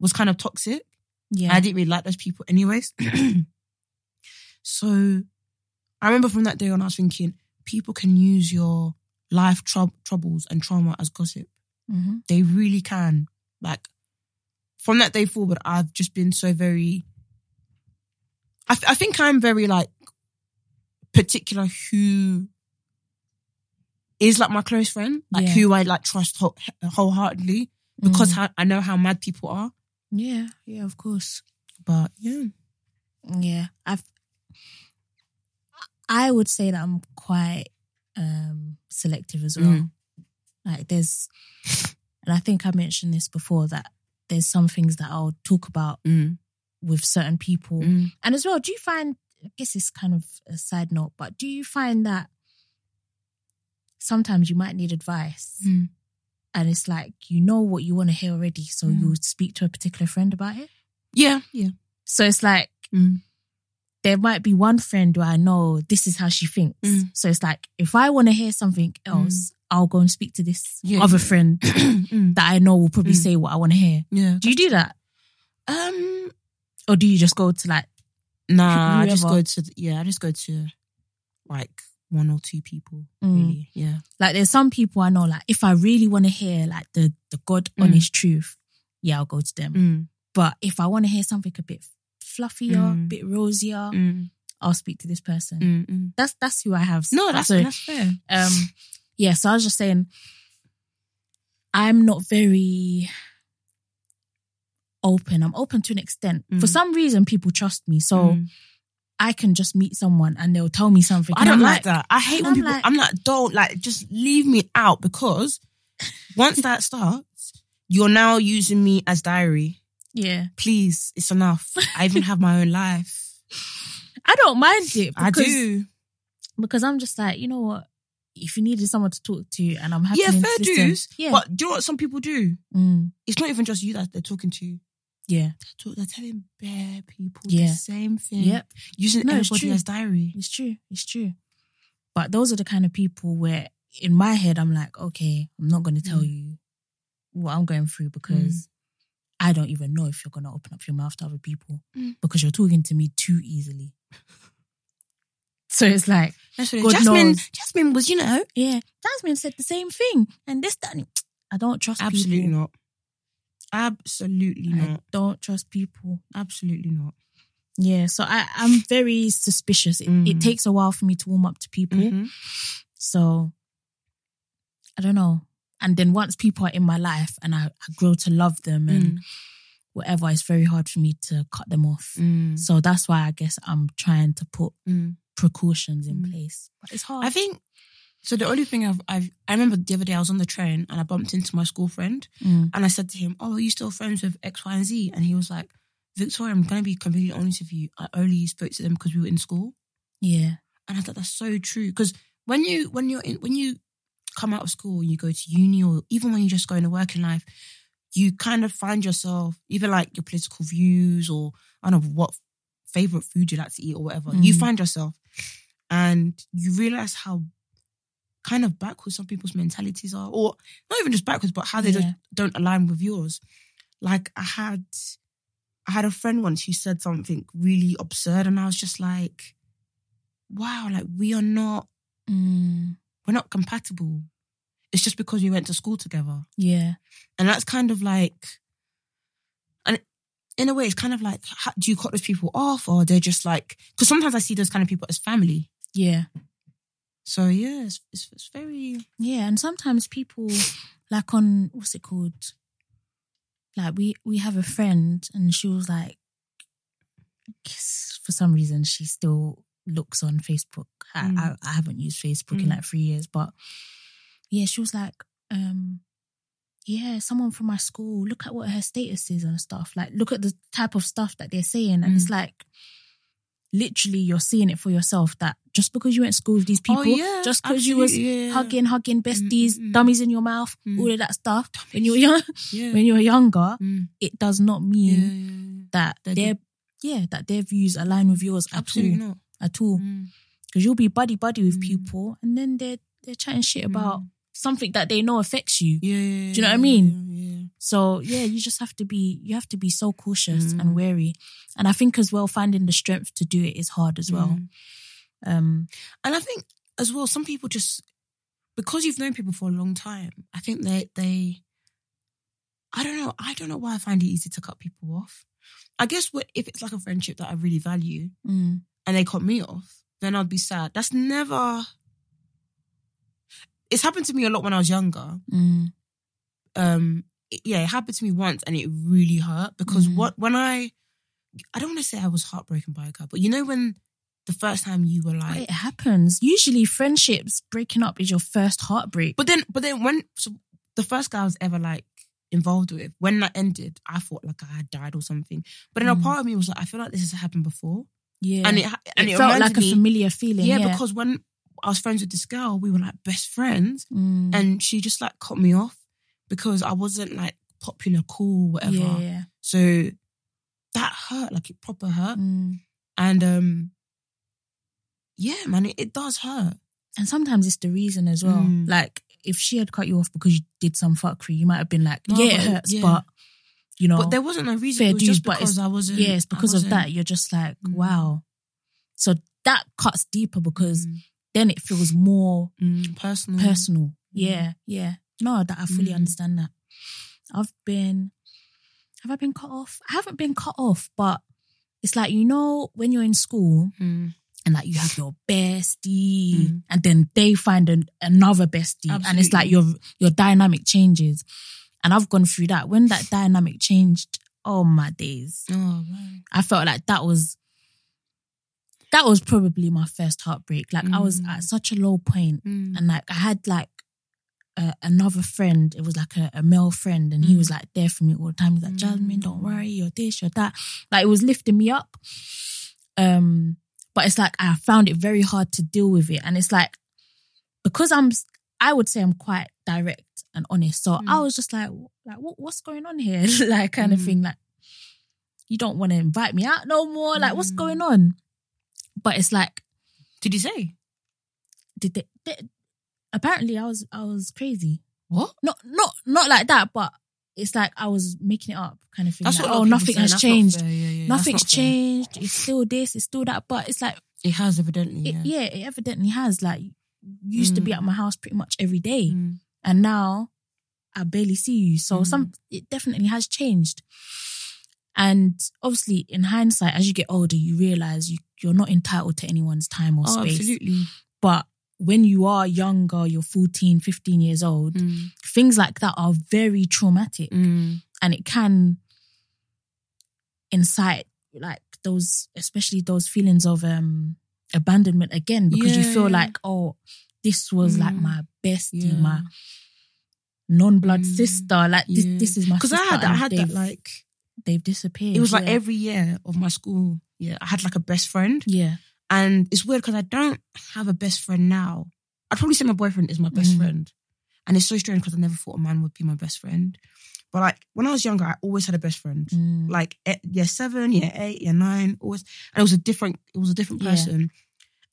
S1: was kind of toxic.
S2: yeah.
S1: I didn't really like those people, anyways. so I remember from that day on, I was thinking, people can use your life trou- troubles and trauma as gossip.
S2: Mhm.
S1: They really can. Like, from that day forward, I've just been so very. I, th- I think I'm very like particular who is like my close friend, like
S2: Yeah.
S1: who I like trust whole- wholeheartedly because
S2: Mm.
S1: how, I know how mad people are.
S2: Yeah, yeah, of course.
S1: But yeah,
S2: Yeah, I've. I would say that I'm quite um selective as well.
S1: Mm.
S2: Like there's, and I think I mentioned this before that there's some things that I'll talk about
S1: Mm.
S2: with certain people,
S1: Mm.
S2: and as well. Do you find? I guess it's kind of a side note, but do you find that sometimes you might need advice,
S1: Mm.
S2: and it's like you know what you want to hear already, so
S1: Mm.
S2: you speak to a particular friend about it.
S1: yeah, yeah.
S2: So it's like
S1: Mm.
S2: there might be one friend where I know this is how she thinks.
S1: Mm.
S2: So it's like if I want to hear something else, I'll go and speak to this
S1: Hmm. Yeah.
S2: other friend that I know will probably
S1: [clears throat] Mm.
S2: say what I want to hear.
S1: yeah.
S2: Do you do that,
S1: Um,
S2: or do you just go to like?
S1: nah, I just
S2: Whoever.
S1: go to the- yeah, I just go to like one or two people.
S2: Mm.
S1: Really, yeah.
S2: Like there's some people I know like if I really want to hear like the the God
S1: Mm.
S2: honest truth, yeah, I'll go to them.
S1: Mm.
S2: But if I want to hear something a bit fluffier,
S1: Mm.
S2: bit rosier,
S1: Mm.
S2: I'll speak to this person.
S1: Mm. Mm.
S2: That's that's who I have.
S1: No, that's
S2: So-
S1: that's fair.
S2: um yeah so i was just saying i'm not very open i'm open to an extent
S1: Mm.
S2: for some reason people trust me so
S1: Mm.
S2: i can just meet someone and they'll tell me something
S1: But I
S2: and
S1: don't
S2: I'm
S1: like, that. I hate
S2: and
S1: when
S2: I'm
S1: people.
S2: like-
S1: I'm like, don't like, just leave me out because once that starts, you're now using me as diary.
S2: yeah
S1: Please, it's enough. I even have my own
S2: [laughs]
S1: life.
S2: i don't mind it
S1: I
S2: because-
S1: do.
S2: because i'm just like you know what if you needed someone to talk to and i'm happy
S1: Yeah,
S2: to
S1: fair
S2: listen-
S1: dues.
S2: yeah
S1: But do you know what some people do?
S2: Mm,
S1: It's not even just you that they're talking to.
S2: yeah
S1: Talk, they're telling bare people the
S2: Yeah.
S1: same thing.
S2: yep
S1: Using
S2: No, it's
S1: everybody
S2: true.
S1: as diary.
S2: It's true. It's true. But those are the kind of people where, in my head, I'm like, okay, I'm not going to
S1: Mm.
S2: tell you what I'm going through because I don't even know if you're going to open up your mouth to other people
S1: Mm.
S2: because you're talking to me too easily. [laughs] so it's like,
S1: That's what it-
S2: God
S1: Jasmine.
S2: knows.
S1: Jasmine was, you know,
S2: yeah, Jasmine said the same thing, and this, that. and- I don't trust
S1: absolutely
S2: people.
S1: not. Absolutely
S2: I
S1: not.
S2: don't trust people.
S1: Absolutely not.
S2: Yeah, so I, I'm very suspicious. It, it
S1: Mm.
S2: takes a while for me to warm up to people.
S1: Mhm.
S2: So I don't know. And then once people are in my life and I, I grow to love them and
S1: Mm.
S2: whatever, it's very hard for me to cut them off.
S1: Mm.
S2: So that's why I guess I'm trying to put
S1: Mm.
S2: precautions in
S1: Mm.
S2: place. But it's hard.
S1: I think so. The only thing I've, I've I remember the other day I was on the train and I bumped into my school friend
S2: Mm.
S1: and I said to him, "Oh, are you still friends with X, Y, and Z?" And he was like, "Victoria, I'm going to be completely honest with you. I only spoke to them because we were in school."
S2: Yeah.
S1: And I thought that's so true because when you when you're in, when you come out of school and you go to uni or even when you just go into working life, you kind of find yourself either like your political views or I don't know what favorite food you like to eat or whatever. You
S2: Mm.
S1: find yourself and you realize how kind of backwards some people's mentalities are, or not even just backwards, but how they
S2: Yeah.
S1: don't, don't align with yours. Like I had, I had a friend once who said something really absurd, and I was just like, "Wow, like we are not,
S2: Mm.
S1: we're not compatible. It's just because we went to school together."
S2: Yeah.
S1: And that's kind of like, and in a way, it's kind of like, how, do you cut those people off, or they're just like? Because sometimes I see those kind of people as family.
S2: Yeah.
S1: So yeah, it's, it's, it's very
S2: Yeah. And sometimes people like on what's it called? Like we we have a friend and she was like, for some reason she still looks on Facebook. I,
S1: Mm.
S2: I, I haven't used Facebook in
S1: Mm.
S2: like three years, but yeah, she was like, um, yeah, someone from my school. Look at what her status is and stuff. Like look at the type of stuff that they're saying, and
S1: Mm.
S2: it's like. Literally, you're seeing it for yourself that just because you went to school with these people,
S1: Oh, yeah,
S2: just because you was
S1: absolutely, yeah.
S2: hugging, hugging besties,
S1: mm, mm.
S2: dummies in your mouth,
S1: Mm.
S2: all of that stuff. When you were young, [laughs]
S1: Yeah.
S2: when you were younger,
S1: Mm.
S2: it does not
S1: yeah,
S2: mean
S1: yeah, yeah.
S2: that
S1: That
S2: their yeah that their views align with yours
S1: Absolutely
S2: at all
S1: not.
S2: at all.
S1: Mm.
S2: Because you'll be buddy buddy with
S1: Mm.
S2: people, and then they're they're chatting shit about
S1: Mm.
S2: something that they know affects you.
S1: Yeah, yeah,
S2: Do you know what I
S1: yeah,
S2: mean?
S1: Yeah.
S2: So yeah, you just have to be you have to be so cautious
S1: Mm.
S2: and wary. And I think as well, finding the strength to do it is hard as well.
S1: Mm.
S2: Um,
S1: And I think as well, some people just because you've known people for a long time, I think they they I don't know, I don't know why I find it easy to cut people off. I guess what if it's like a friendship that I really value
S2: mm,
S1: and they cut me off, then I'd be sad. That's never it's happened to me a lot when I was younger.
S2: mm,
S1: Um it- yeah, it happened to me once and it really hurt because
S2: Mhm.
S1: what when I I don't want to say I was heartbroken by a guy, but you know when the first time you were like
S2: it happens. Usually, friendships breaking up is your first heartbreak.
S1: But then, but then when so the first guy I was ever like involved with, when that ended, I thought like I had died or something. But then
S2: Mm.
S1: a part of me was like, I feel like this has happened before,
S2: yeah,
S1: and it ha- and it,
S2: felt
S1: reminded
S2: like a
S1: me,
S2: familiar feeling.
S1: yeah,
S2: Yeah,
S1: because when I was friends with this girl, we were like best friends,
S2: Mm.
S1: and she just like cut me off because I wasn't like popular, cool, whatever.
S2: yeah, yeah.
S1: So that hurt, like it proper hurt,
S2: Mm.
S1: and um, yeah, man, it, it does hurt.
S2: and sometimes it's the reason as well.
S1: Mm.
S2: Like if she had cut you off because you did some fuckery, you might have been like,
S1: No,
S2: yeah, it
S1: but-
S2: hurts,
S1: yeah.
S2: but you know,
S1: But there wasn't a reason.
S2: fair
S1: it was
S2: dues,
S1: just
S2: but it's-
S1: because I wasn't.
S2: yeah, it's
S1: I
S2: because of
S1: wasn't-
S2: that. You're just like,
S1: Mm.
S2: wow. So that cuts deeper because then it feels more
S1: Mm, personal.
S2: personal. Yeah, yeah. No, that I fully
S1: Mm.
S2: understand that. I've been, have I been cut off? I haven't been cut off, but it's like you know when you're in school
S1: Mm.
S2: and like you have your bestie,
S1: Mm.
S2: and then they find an, another bestie, and it's
S1: Absolutely.
S2: like your your dynamic changes. And I've gone through that. When that dynamic changed, oh my days,
S1: Oh, right.
S2: I felt like that was that was probably my first heartbreak. Like I was
S1: Mm.
S2: at such a low point,
S1: Mm.
S2: and like I had like. Uh, another friend, it was like a, a male friend, and he
S1: Mm.
S2: was like there for me all the time. He's like, Jasmine, don't
S1: Mm.
S2: worry, you're this, you're that. Like it was lifting me up. Um, but it's like I found it very hard to deal with it, and it's like because I'm, I would say I'm quite direct and honest. So
S1: Mm.
S2: I was just like, w- like what, what's going on here, [laughs] like kind of
S1: Mm.
S2: thing. Like you don't want to invite me out no more. Like what's
S1: Mm.
S2: going on? But it's like
S1: Did he say
S2: did they, they- apparently I was I was crazy.
S1: what?
S2: Not not not like that, but it's like I was making it up kind of thing.
S1: That's
S2: like,
S1: what. a lot
S2: oh,
S1: of people
S2: nothing
S1: say,
S2: has
S1: that's not
S2: changed.
S1: fair. Yeah, yeah, yeah, that's
S2: Nothing's
S1: not fair.
S2: changed. It's still this. It's still that. But it's like
S1: It has evidently.
S2: it,
S1: Yeah.
S2: yeah, it evidently has. Like you used to be
S1: Mm.
S2: at my house pretty much every day,
S1: Mm.
S2: and now I barely see you. So
S1: Mm.
S2: some it definitely has changed. And obviously, in hindsight, as you get older, you realize you you're not entitled to anyone's time or
S1: Oh,
S2: space.
S1: absolutely.
S2: But when you are younger, you're 14, 15 years old,
S1: Mm.
S2: things like that are very traumatic
S1: Mm.
S2: and it can incite like those especially those feelings of um abandonment again because you
S1: Yeah,
S2: feel
S1: yeah.
S2: like oh this was like
S1: Mm.
S2: my bestie
S1: Yeah.
S2: my non-blood
S1: Mm.
S2: sister like this,
S1: Yeah.
S2: this is my
S1: Because
S2: sister
S1: I had that, I
S2: and
S1: had
S2: they've,
S1: that like
S2: they've disappeared
S1: it was like
S2: yeah.
S1: every year of my school. Yeah, I had like a best friend,
S2: yeah
S1: and it's weird because I don't have a best friend now. I'd probably say my boyfriend is my best
S2: Mm.
S1: friend, and it's so strange because I never thought a man would be my best friend. But like when I was younger, I always had a best friend.
S2: Mm.
S1: like eh, year seven, year eight, year nine, always, and it was a different, it was a different
S2: Yeah.
S1: person,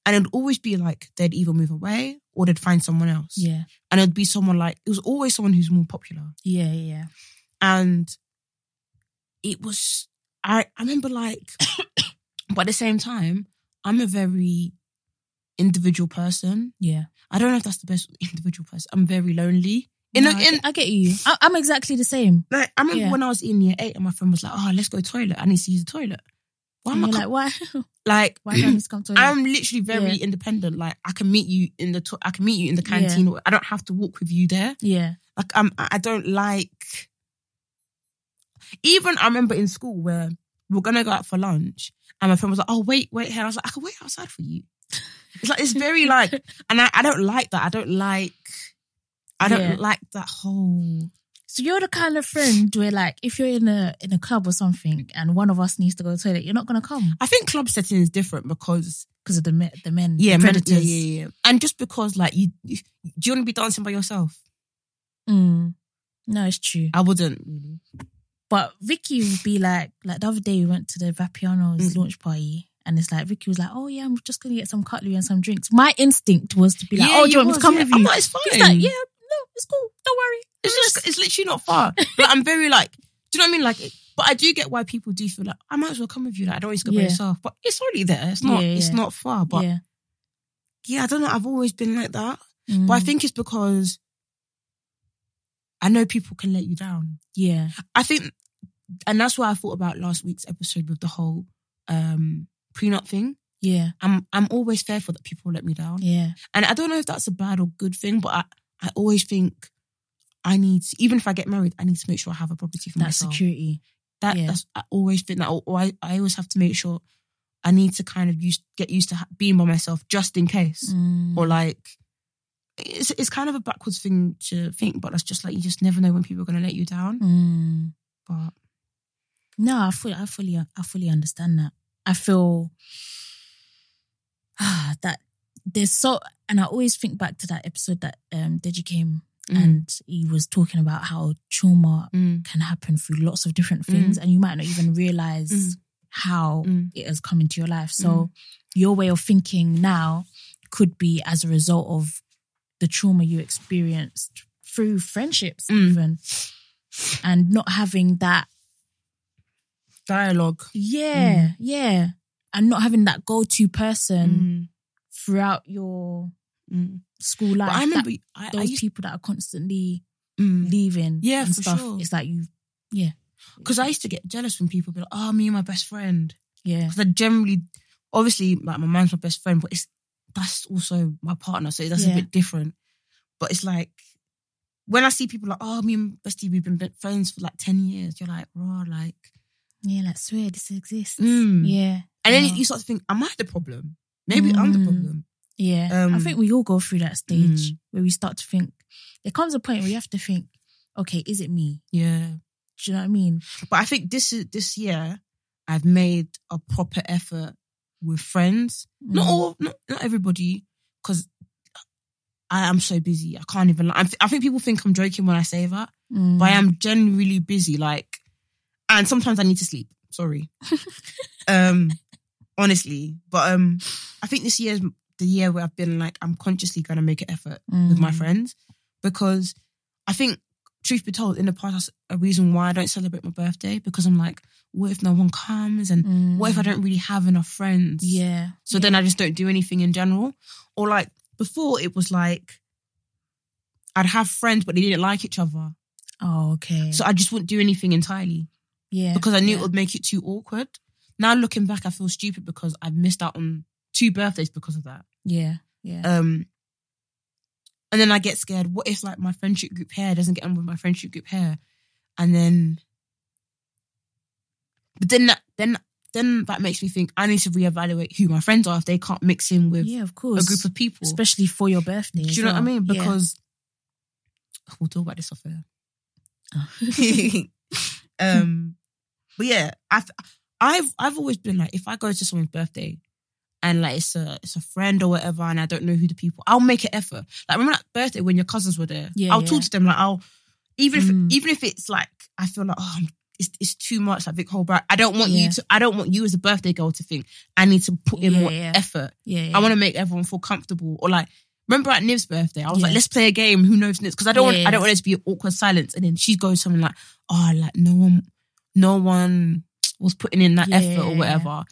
S1: and it'd always be like they'd either move away or they'd find someone else,
S2: yeah
S1: and it'd be someone like it was always someone who's more popular,
S2: yeah yeah
S1: and it was I I remember like, [coughs] but at the same time, I'm a very individual person.
S2: yeah
S1: I don't know if that's the best [laughs] individual person. I'm very lonely. In,
S2: No,
S1: a,
S2: I
S1: in
S2: get- I get you I, I'm exactly the same
S1: like I remember
S2: Yeah.
S1: when I was in year eight, and my friend was like, "Oh, let's go toilet. I need to use the toilet." Why
S2: and
S1: am I
S2: you're
S1: co-
S2: like why
S1: like
S2: why
S1: [clears throat]
S2: can't this come to you
S1: I'm literally very
S2: Yeah.
S1: independent. Like I can meet you in the to- I can meet you in the canteen. Or I don't have to walk with you there.
S2: yeah
S1: Like um, I I don't like. Even I remember in school where we were gonna go out for lunch, and my friend was like, "Oh wait, wait here." I was like, "I can wait outside for you." It's like it's
S2: [laughs]
S1: very like, and I, I don't like that. I don't like. I don't
S2: Yeah.
S1: like that whole.
S2: So you're the kind of friend where, like, if you're in a in a club or something, and one of us needs to go to the toilet, you're not gonna come
S1: I think club setting is different because
S2: because of the men, the men,
S1: yeah,
S2: the
S1: men-
S2: predators.
S1: yeah, yeah, yeah. and just because like you, you do you want to be dancing by yourself?
S2: Mm. No, it's true.
S1: I wouldn't really.
S2: But Vicky would be like, like the other day we went to the Vapiano's
S1: Mm.
S2: launch party. And it's like Vicky was like, "Oh yeah, I'm just gonna get some cutlery and some drinks." My instinct was to be like,
S1: Yeah,
S2: "Oh, do
S1: you
S2: you want me
S1: was,
S2: to come
S1: yeah.
S2: with you?"
S1: I'm like, it's
S2: He's
S1: fine.
S2: like, "Yeah, no, it's cool. Don't worry."
S1: It's just it's literally not far. But I'm very like, do you know what I mean? Like, it- but I do get why people do feel like I might as well come with you. Like, I don't always go by
S2: Yeah.
S1: myself, but it's already there. It's not.
S2: Yeah,
S1: It's
S2: yeah.
S1: not far. But yeah.
S2: yeah,
S1: I don't know. I've always been like that. But I
S2: Mm.
S1: think it's because I know people can let you down.
S2: yeah,
S1: I think, and that's why I thought about last week's episode with the whole um prenup thing.
S2: yeah,
S1: I'm I'm always fearful that people will let me down.
S2: yeah.
S1: And I don't know if that's a bad or good thing, but I, I always think I need, to- even if I get married, I need to make sure I have a property for
S2: That
S1: myself.
S2: security.
S1: That,
S2: yeah.
S1: That's I always think that, or or I, I always have to make sure I need to kind of use, get used to ha- being by myself just in case.
S2: Mm.
S1: Or like, it's, it's kind of a backwards thing to think, but that's just like, you just never know when people are going to let you down.
S2: Mm.
S1: But
S2: No, I fully, I fully, I fully understand that. I feel [sighs] ah, that there's so, and I always think back to that episode that um, Deji came
S1: Mm.
S2: and he was talking about how trauma
S1: Mm.
S2: can happen through lots of different things, and you might not even realize
S1: Mm.
S2: how
S1: Mm.
S2: it has come into your life. So your way of thinking now could be as a result of the trauma you experienced through friendships,
S1: Mm.
S2: even, and not having that
S1: dialogue.
S2: yeah,
S1: Mm.
S2: yeah. And not having that go to person throughout your
S1: Mm.
S2: school life.
S1: But I
S2: that-
S1: remember I, I
S2: those
S1: used
S2: people that are constantly
S1: Mm.
S2: leaving
S1: Yeah,
S2: and
S1: for
S2: stuff.
S1: sure.
S2: It's like you
S1: Because I used to get jealous when people be like, oh, me and my best friend.
S2: Yeah.
S1: Because I generally, obviously, like my man's my best friend, but it's that's also my partner. So that's a
S2: Yeah.
S1: bit different. But it's like, when I see people like, oh, me and Bestie, we've been be- friends for like 10 years, you're like, raw, like.
S2: Yeah, like swear this exists.
S1: Mm.
S2: Yeah.
S1: And then
S2: No.
S1: you start to think, am I the problem? Maybe I'm the
S2: Mm.
S1: problem.
S2: Yeah. I
S1: Um,
S2: think we all go through that stage
S1: Mm.
S2: where we start to think there comes a point where you have to think, okay, is it me?
S1: Yeah.
S2: Do you know what I mean?
S1: But I think this is this year, I've made a proper effort with friends. Not
S2: Mm.
S1: all, not, not everybody, because I am so busy. I can't even. lie. I, th- I think people think I'm joking when I say that,
S2: Mm.
S1: but I am genuinely busy. Like, and sometimes I need to sleep. Sorry, [laughs] um, honestly. But um, I think this year's the year where I've been like, I'm consciously going to make an effort with my
S2: Mm.
S1: friends because I think, truth be told, in the past, that's a reason why I don't celebrate my birthday because I'm like, what if no one comes and
S2: Mm.
S1: what if I don't really have enough friends?
S2: Yeah.
S1: So then I just don't do anything in general. Or like before, it was like I'd have friends, but they didn't like each other.
S2: Oh, okay.
S1: So I just wouldn't do anything entirely
S2: yeah.
S1: because I knew it
S2: yeah.
S1: would make it too awkward. Now looking back, I feel stupid because I've missed out on two birthdays because of that.
S2: Yeah. Yeah.
S1: Um, and then I get scared. What if like my friendship group hair doesn't get on with my friendship group hair, and then, but then that then then that makes me think I need to reevaluate who my friends are if they can't mix in with
S2: yeah, of
S1: Um, a
S2: course.
S1: group of people.
S2: Especially for your birthday.
S1: Do
S2: as
S1: you know what I
S2: well.
S1: mean?
S2: Yeah.
S1: Because [sighs] we'll talk about this off air.
S2: Oh. [laughs]
S1: [laughs] um, but yeah, I've I've I've always been like, if I go to someone's birthday and like it's a it's a friend or whatever, and I don't know who the people, I'll make an effort. Like remember that birthday when your cousins were there?
S2: Yeah,
S1: I'll
S2: yeah.
S1: talk to them. Like I'll even if
S2: Mm.
S1: even if it's like I feel like oh. I'm- it's, it's too much like Vic Holbrook. I don't want
S2: Yeah.
S1: you to. I don't want you as a birthday girl to think I need to put in
S2: Yeah,
S1: more
S2: yeah.
S1: effort.
S2: yeah,
S1: I want to make everyone feel comfortable. Or like, remember at Niv's birthday, I was like,
S2: Yeah.
S1: let's play a game. Who knows Niv's? Because I don't want,
S2: Yeah.
S1: I don't want it to be an awkward silence. And then she goes something like, oh, like no one, no one was putting in that effort or
S2: Yeah.
S1: whatever.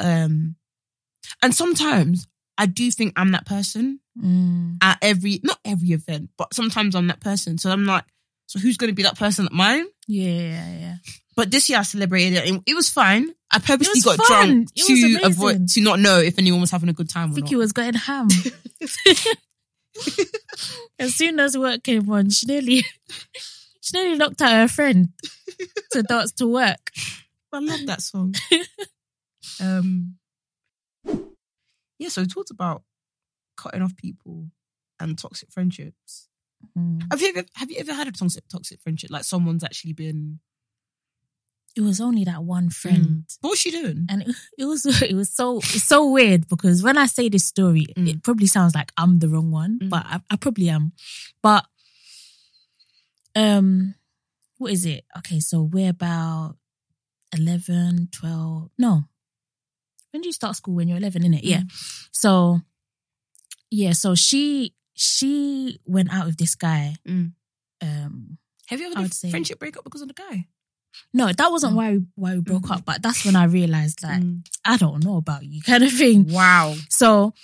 S1: Um, and sometimes I do think I'm that person
S2: Mm,
S1: at every, not every event, but sometimes I'm that person. So I'm like, so who's going to be that person at mine?
S2: yeah, yeah, yeah.
S1: But this year I celebrated it. and It was fine. I purposely
S2: was
S1: got
S2: fun.
S1: drunk
S2: It was
S1: to avoid
S2: amazing.
S1: [laughs] to not know if anyone was having a good time. Or
S2: Vicky
S1: not.
S2: was going ham. As soon as work came on, she nearly, [laughs] she nearly knocked out her friend to dance to work.
S1: I love
S2: [laughs]
S1: that song. um, yeah, so we talked about cutting off people and toxic friendships.
S2: Mm.
S1: Have you ever have you ever had a toxic toxic friendship? Like someone's actually been
S2: It was only that one friend.
S1: What was she doing?
S2: And it- it was [laughs] it was so it's so weird because when I say this story,
S1: Mm.
S2: it probably sounds like I'm the wrong one,
S1: Mm.
S2: but I, I probably am. But um, what is it? Okay, so we're about 11, 12. No, when do you start school? When you're eleven, innit? Yeah.
S1: Mm.
S2: So yeah, so she she went out with this guy.
S1: Mm.
S2: Um,
S1: Have you ever
S2: I
S1: had
S2: would
S1: a
S2: say-
S1: friendship breakup because of the guy?
S2: no, that wasn't
S1: Mm.
S2: why we, why we broke
S1: Mm.
S2: up, but that's when I realized that
S1: Mm.
S2: I don't know about you, [laughs] kind of thing.
S1: Wow.
S2: So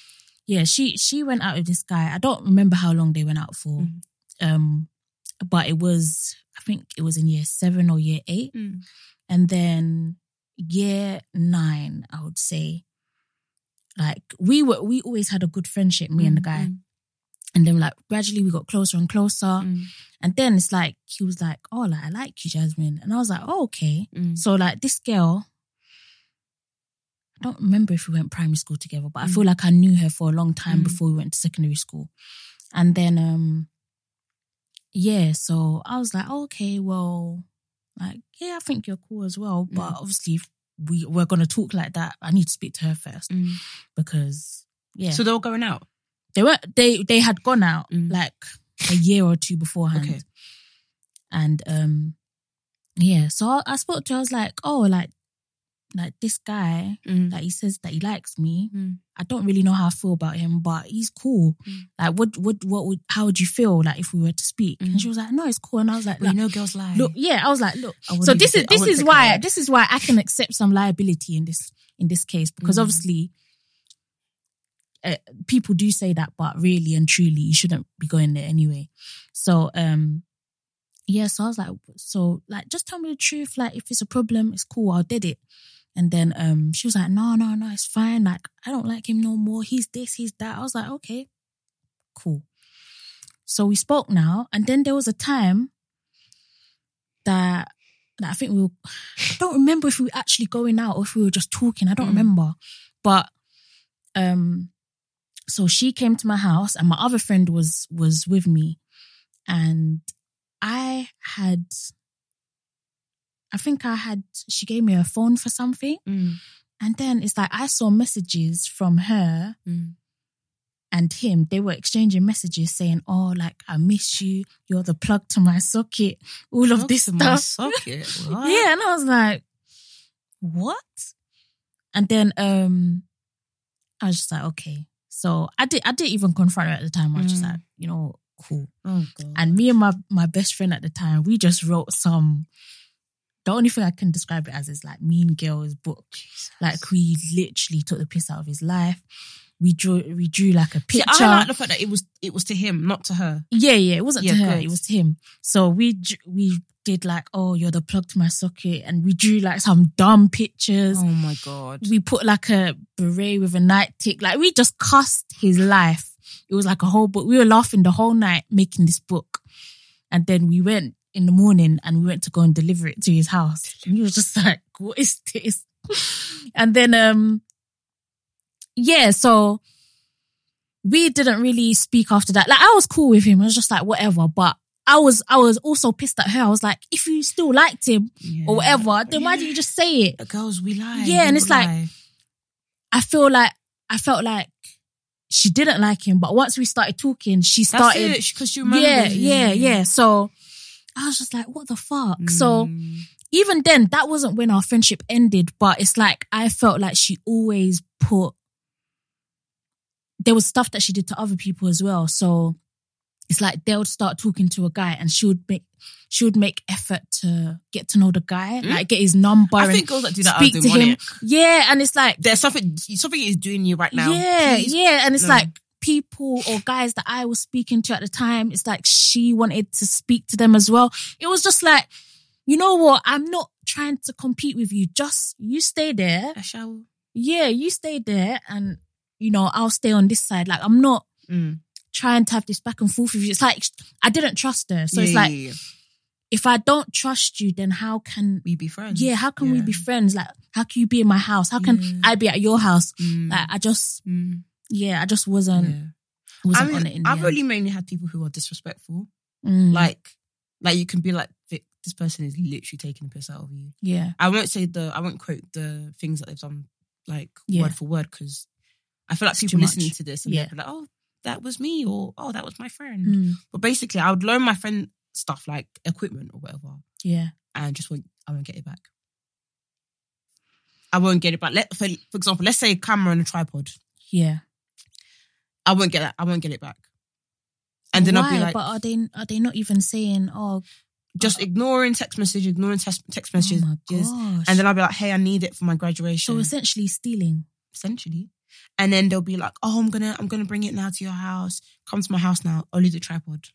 S2: yeah, she she went out with this guy. I don't remember how long they went out for.
S1: Mhm.
S2: Um but it was I think it was in year 7 or year 8
S1: Mm.
S2: and then year 9 I would say like we were we always had a good friendship me and
S1: Mm,
S2: the guy and then like gradually we got closer and closer
S1: mm,
S2: and then it's like he was like oh like I like you Jasmine and I was like oh okay
S1: mm.
S2: so like this girl, I don't remember if we went primary school together, but I feel like I knew her for a long time
S1: Mm.
S2: before we went to secondary school. And then um yeah, so I was like, "Oh, okay, well, like, yeah, I think you're cool as well. But
S1: Mm.
S2: obviously if we we're gonna talk like that, I need to speak to her first
S1: Mm.
S2: because yeah.
S1: So they were going out.
S2: they were they they had gone out
S1: Mm.
S2: like a year or two beforehand.
S1: Okay.
S2: And um yeah, so I, I spoke to her, I was like, oh, like like this guy, like he says that he likes me.
S1: Mm.
S2: I don't really know how I feel about him, but he's cool.
S1: Mm.
S2: Like what what what would how would you feel like if we were to speak?
S1: Mm.
S2: And she was like, No, it's cool. And I was like,
S1: But
S2: "Look,
S1: you know, girls lie.
S2: look, yeah, I was like, look.
S1: I wouldn't
S2: So
S1: even
S2: this
S1: say-
S2: is
S1: I
S2: this
S1: wouldn't
S2: is
S1: take
S2: why
S1: her word.
S2: this is why I can accept some liability in this in this case because
S1: Mm.
S2: obviously uh, people do say that, but really and truly, you shouldn't be going there anyway. So um, yeah. So I was like, so like, just tell me the truth. Like, if it's a problem, it's cool. I'll did it. And then um, she was like, no, no, no, it's fine. Like, I don't like him no more. He's this, he's that. I was like, okay, cool. So we spoke now, and then there was a time that, that I think we were, I don't remember if we were actually going out or if we were just talking. I don't
S1: Mm.
S2: remember. But um, so she came to my house, and my other friend was was with me, and I had, I think I had. She gave me her phone for something.
S1: Mm.
S2: And then it's like I saw messages from her
S1: Mm.
S2: and him. They were exchanging messages saying, "Oh, like I miss you. You're the plug to my socket. All of
S1: Look
S2: this
S1: to my
S2: stuff." [laughs]
S1: socket. What?
S2: Yeah, and I was like, "What?" And then um, I was just like, "Okay." So I did. I didn't even confront her at the time. I was just
S1: Mm.
S2: like, "You know, cool."
S1: Oh god.
S2: And me and my my best friend at the time, we just wrote some. The only thing I can describe it as is like Mean Girls book. Like we literally took the piss out of his life. We drew we drew like a
S1: See,
S2: picture.
S1: I like the fact that it was it was to him, not to her.
S2: yeah, yeah, it wasn't
S1: Yeah,
S2: to her,
S1: good.
S2: it was to him. So we dr- we did like, oh, you're the plug to my socket, and we drew like some dumb pictures.
S1: Oh my god.
S2: We put like a beret with a night tick. Like we just cussed his life. It was like a whole book. We were laughing the whole night making this book. And then we went in the morning and we went to go and deliver it to his house. And he was just [laughs] like, what is this? And then um yeah, so we didn't really speak after that. Like I was cool with him. I was just like, whatever. But I was I was also pissed at her. I was like, if you still liked him
S1: Yeah.
S2: or whatever, then why did you just say it?
S1: Uh, Girls, we lie.
S2: Yeah,
S1: We
S2: and it's like-
S1: lie.
S2: I feel like I felt like she didn't like him, but once we started talking, she
S1: That's
S2: started.
S1: because you remember.
S2: Yeah, yeah, yeah. So I was just like, what the fuck? So
S1: Mm.
S2: even then, that wasn't when our friendship ended, but it's like I felt like she always put there was stuff that she did to other people as well. So it's like they would start talking to a guy and she would make she would make effort to get to know the guy,
S1: Mm.
S2: like get his number
S1: I
S2: and
S1: think girls that do that
S2: speak
S1: are
S2: to
S1: doing
S2: him.
S1: it.
S2: Yeah, and it's like
S1: There's something something is doing you right now.
S2: yeah,
S1: Please.
S2: yeah. And it's
S1: No.
S2: like people or guys that I was speaking to at the time, it's like she wanted to speak to them as well. It was just like, you know what? I'm not trying to compete with you. Just you stay there.
S1: I shall.
S2: Yeah, you stay there and you know, I'll stay on this side. Like I'm not
S1: Mm.
S2: trying to have this back and forth with you. It's like I didn't trust her. So it's
S1: Yeah,
S2: like
S1: yeah, yeah.
S2: if I don't trust you, then how can
S1: we be friends.
S2: yeah, how can we
S1: Yeah.
S2: be friends? Like how can you be in my house? How can
S1: Yeah.
S2: I be at your house?
S1: Mm,
S2: Like I just
S1: mm,
S2: yeah, I just wasn't
S1: yeah. I
S2: wasn't
S1: mean,
S2: on it in the
S1: I've
S2: end.
S1: only mainly had people who are disrespectful.
S2: Mm,
S1: Like, like you can be like, "Vic, this person is literally taking the piss out of you.
S2: yeah.
S1: I won't say the, I won't quote the things that they've done like
S2: Yeah.
S1: word for word because I feel like
S2: It's
S1: people
S2: too much.
S1: listening to this and
S2: Yeah.
S1: they'll be like, oh, that was me or oh, that was my friend.
S2: Mm,
S1: But basically, I would loan my friend stuff like equipment or whatever,
S2: yeah.
S1: and just won't. I won't get it back. I won't get it back. Let for, for example, let's say a camera and a tripod.
S2: Yeah.
S1: I won't get that. I won't get it back. And then I'll be
S2: Why?
S1: like,
S2: but are they are they not even saying, oh,
S1: just ignoring text messages, ignoring text text messages,
S2: oh my gosh.
S1: and then I'll be like, hey, I need it for my graduation.
S2: so essentially stealing.
S1: essentially. And then they'll be like, "Oh, I'm gonna, I'm gonna bring it now to your house. Come to my house now. Only the tripod."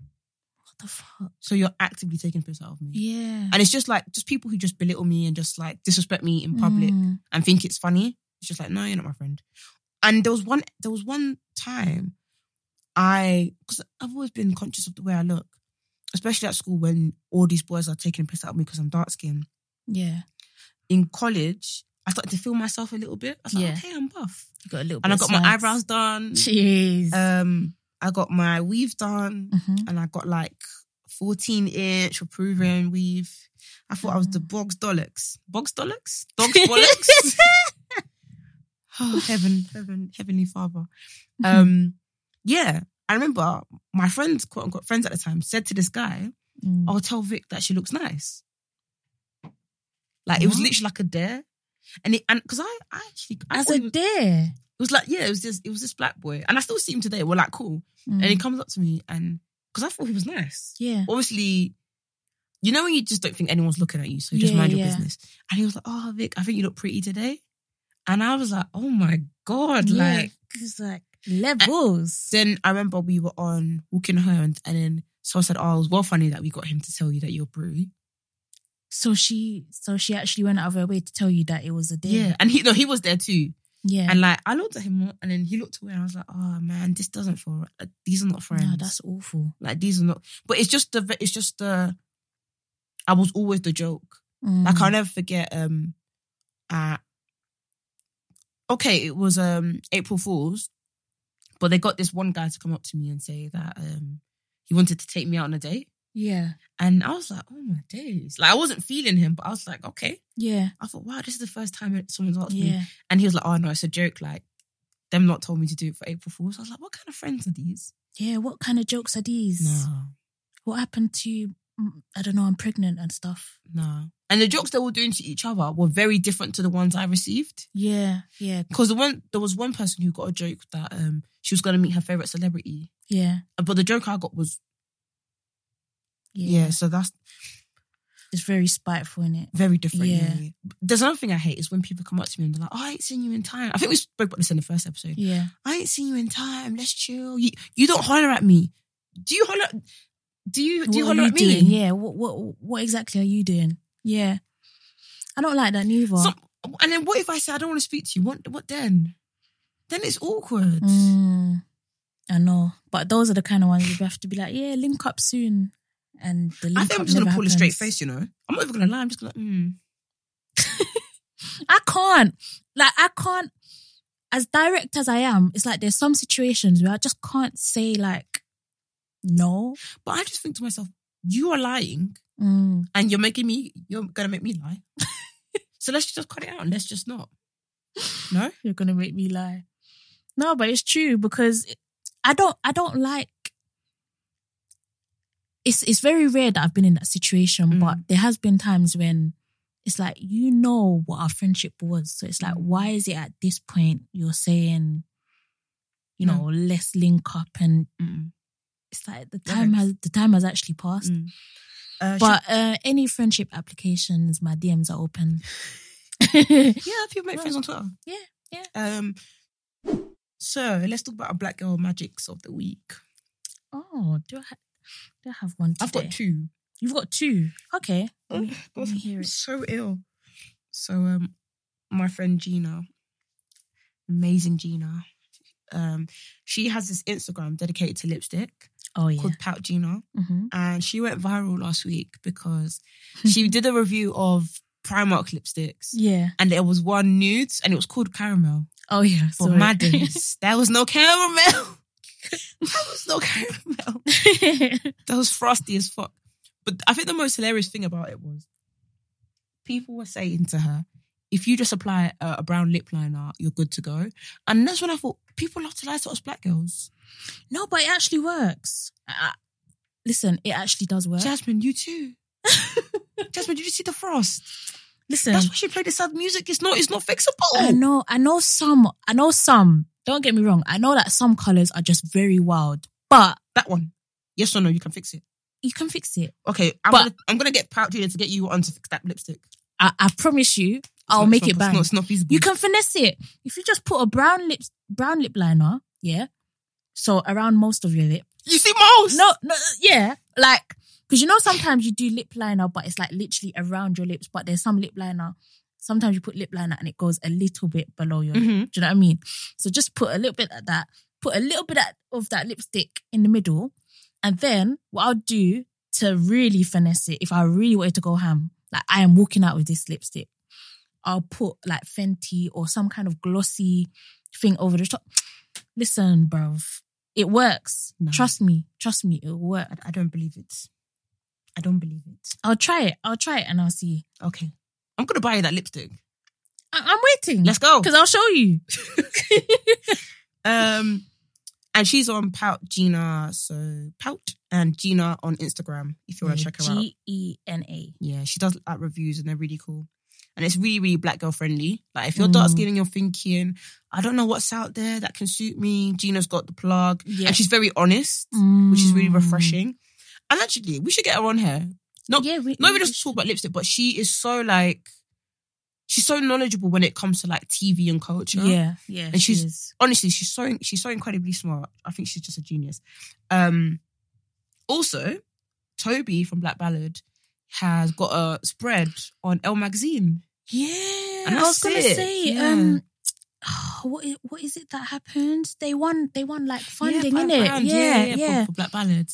S2: What the fuck?
S1: So you're actively taking piss out of me,
S2: Yeah.
S1: and it's just like just people who just belittle me and just like disrespect me in public
S2: Mm,
S1: and think it's funny. It's just like, no, you're not my friend. And there was one, there was one time I, because I've always been conscious of the way I look, especially at school when all these boys are taking piss out of me because I'm dark skinned.
S2: yeah.
S1: In college, I started to feel myself a little bit. I was like,
S2: Yeah.
S1: okay, I'm buff,
S2: You got a little
S1: and I
S2: bit
S1: got
S2: of
S1: my
S2: sides. [laughs]
S1: eyebrows done.
S2: Jeez.
S1: Um, I got my weave done,
S2: Mhm.
S1: and I got like 14 inch approving weave. I thought I was the
S2: Ah.
S1: Boggs Dollocks. Boggs Dollocks?
S2: [laughs]
S1: Dogs Bollocks? [laughs] oh, heaven, heaven,
S2: [laughs]
S1: heavenly father. Um, yeah. I remember my friends, quote unquote friends at the time, said to this guy,
S2: Mm.
S1: I'll tell Vic that she looks nice. Like it was
S2: What?
S1: literally like a dare. And it, and because I, I actually I
S2: As
S1: thought
S2: a
S1: it was-
S2: dare.
S1: it was like, yeah, it was this, it was this black boy. And I still see him today. We're like cool. And he
S2: Mm.
S1: comes up to me and because I thought he was nice.
S2: Yeah.
S1: Obviously, you know when you just don't think anyone's looking at you, so you just
S2: Yeah,
S1: mind your
S2: yeah.
S1: business. And he was like, "Oh, Vic, I think you look pretty today." And I was like, "Oh my god!"
S2: Yeah.
S1: Like
S2: It's like levels.
S1: then I remember we were on walking home, and, and then someone said, "Oh, it was well funny that we got him to tell you that you're brewy."
S2: So she so she actually went out of her way to tell you that it was a
S1: Yeah.
S2: dare.
S1: and he no, he was there too.
S2: Yeah.
S1: And like I looked at him, and then he looked away, and I was like, "Oh man, this doesn't feel right. Like, these are not friends."
S2: no, that's awful.
S1: Like these are not. But it's just the. It's just the. I was always the joke.
S2: Mm.
S1: Like I'll never forget. Um, at okay, it was um April Fools, but they got this one guy to come up to me and say that um he wanted to take me out on a date,
S2: Yeah.
S1: and I was like, oh my days! Like I wasn't feeling him, but I was like, okay.
S2: Yeah.
S1: I thought, wow, this is the first time someone's asked me,
S2: Yeah.
S1: and he was like, oh no, it's a joke. Like them not told me to do it for April Fools. I was like, what kind of friends are these?
S2: Yeah. What kind of jokes are these?
S1: No.
S2: What happened to mm, I don't know, I'm pregnant and stuff.
S1: No. And the jokes they were doing to each other were very different to the ones I received.
S2: Yeah. Yeah.
S1: Because the one there was one person who got a joke that um she was gonna meet her favourite celebrity.
S2: Yeah.
S1: But the joke I got was
S2: Yeah.
S1: yeah, so that's
S2: It's very spiteful in it.
S1: very different.
S2: Yeah.
S1: yeah. There's another thing I hate is when people come up to me and they're like, oh, I ain't seen you in time. I think we spoke about this in the first episode.
S2: Yeah.
S1: I ain't seen you in time. Let's chill. You, you don't holler at me. Do you holler do you do you
S2: What are
S1: holler at me?
S2: doing? Yeah. What what what exactly are you doing? Yeah. I don't like that neither.
S1: Some, and then what if I say I don't want to speak to you? What what then? Then it's awkward.
S2: Mm, I know, but those are the kind of ones you have to be like, yeah, link up soon, and the link
S1: I think I'm
S2: up
S1: just gonna
S2: never
S1: pull a straight
S2: happens.
S1: face, you know. I'm not even gonna lie. I'm just gonna. Mm.
S2: I can't, like, I can't. As direct as I am, it's like there's some situations where I just can't say like, no.
S1: But I just think to myself, you are lying,
S2: Mm,
S1: and you're making me. You're gonna make me lie. [laughs] so let's just cut it out. and Let's just not. No.
S2: you're gonna make me lie. No, but it's true because it- I don't. I don't like. It's it's very rare that I've been in that situation,
S1: Mm.
S2: but there has been times when it's like you know what our friendship was, so it's like why is it at this point you're saying, you
S1: No.
S2: know, let's link up, and
S1: Mm.
S2: it's like the
S1: No
S2: time
S1: thanks.
S2: has the time has actually passed.
S1: Mm. Uh,
S2: But uh, any friendship applications, my DMs are
S1: [laughs]
S2: open. [laughs]
S1: should- yeah, people make friends on Twitter.
S2: Yeah, yeah.
S1: Um. So let's talk about our black girl magics of the week.
S2: oh, do I ha- do I have one? Today?
S1: I've got two.
S2: You've got two. Okay.
S1: Oh,
S2: Let
S1: God,
S2: me hear
S1: I'm
S2: it.
S1: so ill. So um, my friend Gina, amazing Gina, um, she has this Instagram dedicated to lipstick
S2: Oh yeah.
S1: called Pout Gina,
S2: hmm
S1: and she went viral last week
S2: [laughs]
S1: because she did a review of Primark lipsticks.
S2: Yeah.
S1: And there was one nudes, and it was called caramel.
S2: Oh yeah.
S1: But
S2: sorry.
S1: my
S2: [laughs]
S1: goodness, there was no caramel. [laughs] there was no caramel. That was frosty as fuck. But I think the most hilarious thing about it was people were saying to her, if you just apply a, a brown lip liner, you're good to go. And that's when I thought, people love to lie to us black girls.
S2: no, but it actually works. I- I- listen, it actually does work.
S1: Jasmine,
S2: [laughs]
S1: you too. Jasmine, did you see the frost?
S2: listen,
S1: That's why she played the sad music. It's not, it's not fixable.
S2: I know, I know some, I know some. Don't get me wrong. I know that some colors are just very wild, but
S1: That one. Yes or no, you can fix it.
S2: you can fix it.
S1: Okay, I'm,
S2: But-
S1: gonna, I'm gonna get Pout Junior to get you on to fix that lipstick.
S2: I, I promise you, I'll
S1: It's not-
S2: make
S1: it's
S2: it
S1: not-
S2: bang.
S1: It's not, it's not feasible.
S2: You can finesse it if you just put a brown lip, brown lip liner. Yeah, so around most of your lip.
S1: You see most.
S2: No, no, yeah, like because you know sometimes you do lip liner, but it's like literally around your lips. But there's some lip liner. Sometimes you put lip liner and it goes a little bit below your. Lip.
S1: Mhm.
S2: Do you know what I mean? So just put a little bit of that. Put a little bit of- of that lipstick in the middle, and then what I'll do to really finesse it, if I really wanted to go ham, like I am walking out with this lipstick, I'll put like Fenty or some kind of glossy thing over the top. Listen, bruv, it works.
S1: No.
S2: Trust me. Trust me, it'll work.
S1: I, I don't believe it. I don't believe it.
S2: I'll try it. I'll try it and I'll see.
S1: Okay. I'm gonna buy you that lipstick.
S2: I- I'm waiting.
S1: Let's go.
S2: Because I'll show you.
S1: Um and she's on Pout Gina, so Pout and Gina on Instagram if you wanna check her out.
S2: G E N A.
S1: Yeah, she does like reviews and they're really cool. And it's really, really black girl friendly. Like if you're
S2: Mm.
S1: dark skinned and you're thinking, I don't know what's out there that can suit me, Gina's got the plug.
S2: Yeah. Mm.
S1: And she's very honest, which is really refreshing. And actually, we should get her on here. Not
S2: Mm. Yeah, we,
S1: not even just talk about lipstick, but she is so like she's so knowledgeable when it comes to like TV and culture.
S2: Yeah, yeah.
S1: And
S2: she
S1: she's-
S2: is.
S1: Honestly, she's so she's so incredibly smart. I think she's just a genius. Um also, Toby from Black Ballad has got a spread on Elle magazine.
S2: Yeah,
S1: And
S2: I was
S1: that's
S2: gonna
S1: it.
S2: say,
S1: Yeah.
S2: um, [sighs] what is, what is it that happened? They won, they won like funding,
S1: five
S2: in it.
S1: grand.
S2: Yeah,
S1: yeah,
S2: yeah,
S1: for-
S2: yeah.
S1: For, Black Ballad.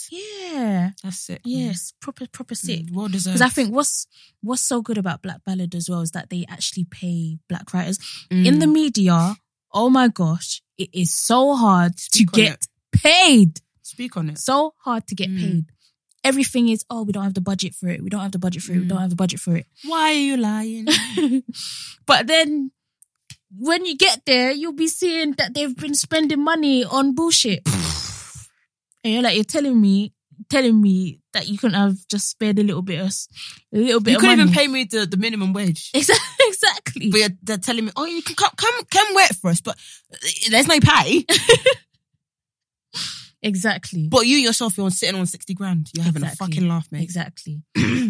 S1: That's it.
S2: Yes, proper, proper sick.
S1: Mm, Well deserved.
S2: Because I think what's what's so good about Black Ballad as well is that they actually pay black writers
S1: Mm.
S2: in the media. Oh my gosh, it is so hard to
S1: Speak on
S2: get paid.
S1: speak on it.
S2: So hard to get
S1: Mm.
S2: paid. Everything is oh, we don't have the budget for it. We don't have the budget for it. We
S1: Mm.
S2: don't have the budget for it. [laughs]
S1: Why are you [laughs] lying?
S2: but then when you get there, you'll be seeing that they've been spending money on
S1: [sighs]
S2: bullshit. and you're like, you're telling me, telling me that you couldn't have just spared a little bit of s- a little bit
S1: you
S2: of
S1: couldn't
S2: money.
S1: even pay me the, the minimum
S2: [laughs]
S1: wage.
S2: Exactly. exactly.
S1: But you're, they're telling me, oh, you can come, come, come work for us, but uh, there's no
S2: [laughs]
S1: pay.
S2: Exactly.
S1: But you yourself, you're sitting on 60 grand. You're having
S2: Exactly.
S1: a fucking laugh, mate. [clears throat]
S2: exactly.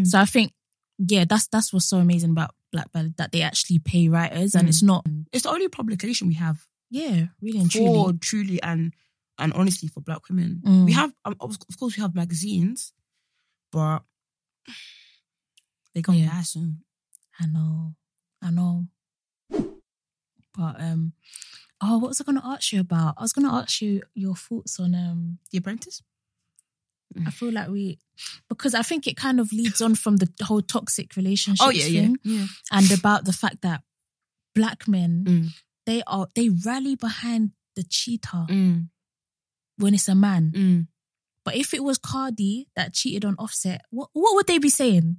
S2: so I think, yeah, that's that's what's so amazing about Black Ballad that they actually pay writers and
S1: Mm.
S2: it's not
S1: It's the only publication we have
S2: yeah, really and
S1: for
S2: truly.
S1: truly, and and honestly for black women.
S2: Mm.
S1: We have, um, of of course, we have magazines, but they're going to
S2: Yeah.
S1: die soon.
S2: I know. I know. But um oh, what was I gonna ask you about? I was gonna ask you your thoughts on um
S1: The Apprentice?
S2: I feel like we because I think it kind of leads on from the whole toxic relationship
S1: Oh, yeah, yeah.
S2: thing
S1: yeah.
S2: and about the fact that black men
S1: Mm.
S2: they are they rally behind the cheater
S1: Mm,
S2: when it's a man.
S1: mm.
S2: But if it was Cardi that cheated on Offset, what what would they be saying?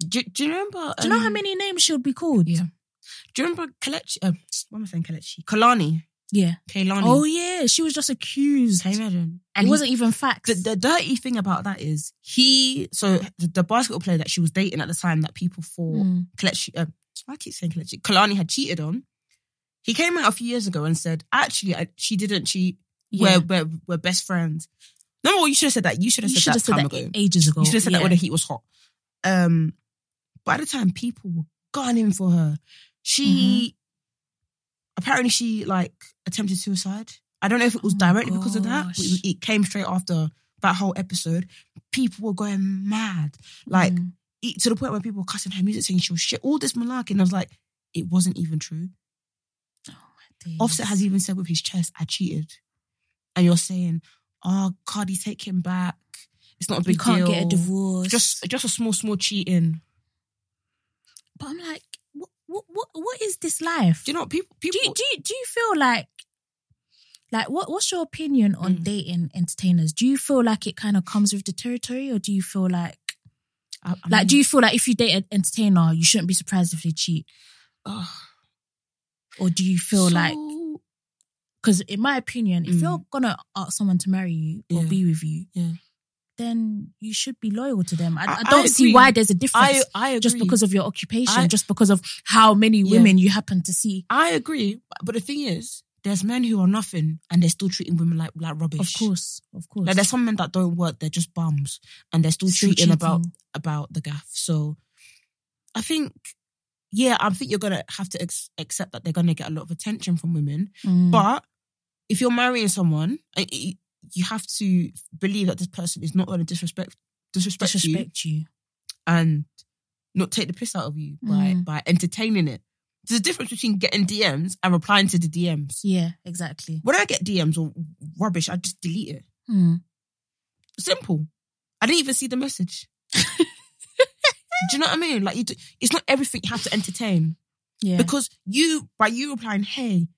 S1: Do, do you remember?
S2: Do you know
S1: um,
S2: how many names she would be called?
S1: Yeah. Do you remember Kalechi? Uh, what am I saying, Kalechi? Kalani.
S2: Yeah.
S1: Kalani.
S2: Oh yeah, she was just accused.
S1: Can you imagine?
S2: And it
S1: he-
S2: wasn't even facts.
S1: the, the dirty thing about that is he so the, the basketball player that she was dating at the time that people thought
S2: Mm.
S1: Kelechi, uh, I keep saying Kelechi, Kalani had cheated on. He came out a few years ago and said, actually, I, she didn't cheat.
S2: Yeah.
S1: We're, we're we're best friends. Number one, you should have said that. You should have
S2: you
S1: said
S2: should
S1: that
S2: have said
S1: time
S2: that
S1: ago. You
S2: ages ago.
S1: should have said
S2: Yeah.
S1: that when the heat was hot. Um, by the time people were gunning for her,
S2: Mm-hmm.
S1: she apparently she like attempted suicide. I don't know if it was
S2: Oh my
S1: directly because of that, but
S2: gosh.
S1: it, it came straight after that whole episode. People were going mad, like
S2: Mm.
S1: it- e, to the point where people were cussing her music, saying she was shit, all this malarkey, and I was like, it wasn't even true.
S2: Oh my days.
S1: Offset has even said with his chest, I cheated. And you're saying, oh, Cardi, take him back. It's not a
S2: You
S1: big
S2: can't
S1: deal.
S2: get a divorce.
S1: Just, uh, just a small, small cheating.
S2: but I'm like, what, what, what, what is this life?
S1: Do you know what people?
S2: do
S1: People.
S2: you, do you, do you feel like like what what's your opinion on
S1: Mm.
S2: dating entertainers? Do you feel like it kind of comes with the territory, or do you feel like
S1: I- I
S2: like
S1: mean,
S2: do you feel like if you date an entertainer, you shouldn't be surprised if they cheat,
S1: ugh,
S2: or do you feel like
S1: so-
S2: because in my opinion, if
S1: Mm.
S2: you're gonna ask someone to marry you or
S1: Yeah.
S2: be with you,
S1: Yeah.
S2: then you should be loyal to them. I,
S1: I-
S2: I
S1: I
S2: don't see
S1: agree.
S2: why there's a difference
S1: I, I agree.
S2: just because of your occupation,
S1: I-
S2: just because of how many
S1: Yeah.
S2: women you happen to see.
S1: I agree, but the thing is, there's men who are nothing and they're still treating women like like rubbish.
S2: Of course, of course.
S1: Like there's some men that don't work, they're just bums, and they're still
S2: Still
S1: treating, about
S2: cheating.
S1: about the gaff. So, I think, yeah, I think you're gonna have to ex- accept that they're gonna get a lot of attention from women.
S2: Mm.
S1: But if you're marrying someone, i- i- you have to believe that this person is not gonna disrespect disrespect, you
S2: disrespect you.
S1: and not take the piss out of you by
S2: Mm.
S1: by entertaining it. There's a difference between getting DMs and replying to the DMs.
S2: Yeah, exactly.
S1: When I get DMs or rubbish, I just delete it.
S2: Mm.
S1: Simple. I didn't even see the message. do you know what I mean? Like, you do, it's not everything you have to entertain
S2: Yeah.
S1: because you by you replying, "Hey,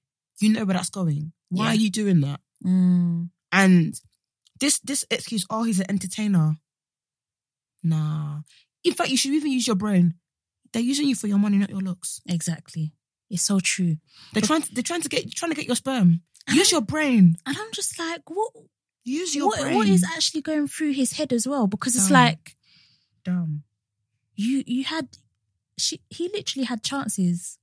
S1: you know where that's going. Why
S2: Yeah.
S1: are you doing that?"
S2: Mm.
S1: And this this excuse, "Oh, he's an entertainer." Nah. In fact, you should even use your brain. They're using you for your money, not your looks.
S2: Exactly. It's so true.
S1: They're trying to, they're trying to get trying to get your sperm. Use your brain.
S2: And I'm just like, what
S1: Use your
S2: what,
S1: brain.
S2: what is actually going through his head as well? Because it's
S1: Damn.
S2: like
S1: Damn.
S2: you you had she he literally had chances.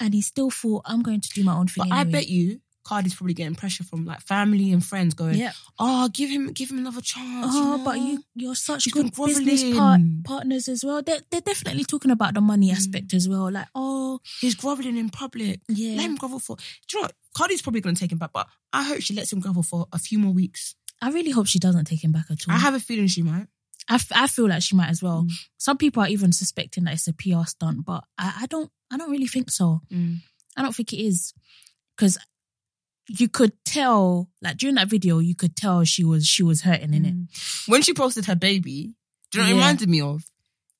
S2: And he still thought, I'm going to do my own thing.
S1: But I bet you Cardi's probably getting pressure from like family and friends going,
S2: Yeah.
S1: oh, give him, give him another chance.
S2: Oh,
S1: know?
S2: but you you're such
S1: She's been
S2: good business par-
S1: grovelling.
S2: partners as well. They're they're definitely talking about the money
S1: Hmm.
S2: aspect as well. Like, oh
S1: he's groveling in public.
S2: yeah.
S1: Let him grovel for. Do you know what? Cardi's probably going to take him back, but I hope she lets him grovel for a few more weeks.
S2: I really hope she doesn't take him back at all.
S1: I have a feeling she might.
S2: I, f- I feel like she might as
S1: Mm.
S2: well. Some people are even suspecting that it's a PR stunt, but I, I don't I don't really think so.
S1: Mm.
S2: I don't think it is because you could tell like during that video you could tell she was she was hurting in it.
S1: When she posted her baby, do you know what it
S2: Yeah.
S1: reminded me of?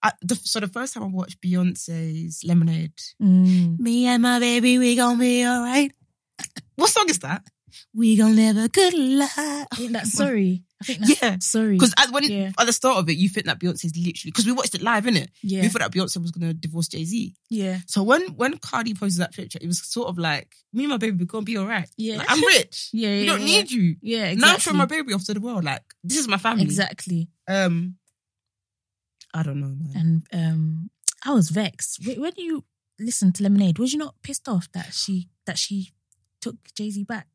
S1: I, the, so the first time I watched Beyonce's Lemonade,
S2: Mm.
S1: me and my baby, we gonna be all right. What song is that? We gonna live a good life.
S2: I think that's sorry. I think that's
S1: Yeah.
S2: sorry.
S1: Because at, when
S2: Yeah.
S1: at the start of it, you think that Beyonce's literally because we watched it live, innit?
S2: yeah,
S1: We thought that Beyonce was gonna divorce Jay Z.
S2: yeah,
S1: So when when Cardi posted that picture, it was sort of like me and my baby we're gonna be all right.
S2: Yeah.
S1: Like, I'm rich.
S2: [laughs] yeah, yeah.
S1: we don't
S2: yeah.
S1: need you.
S2: Yeah, exactly.
S1: Now I'm showing my baby off to the world. Like this is my family.
S2: exactly.
S1: Um, I don't know, man.
S2: And um, I was vexed. Wh- When you listened to Lemonade, was you not pissed off that she that she took Jay Z back?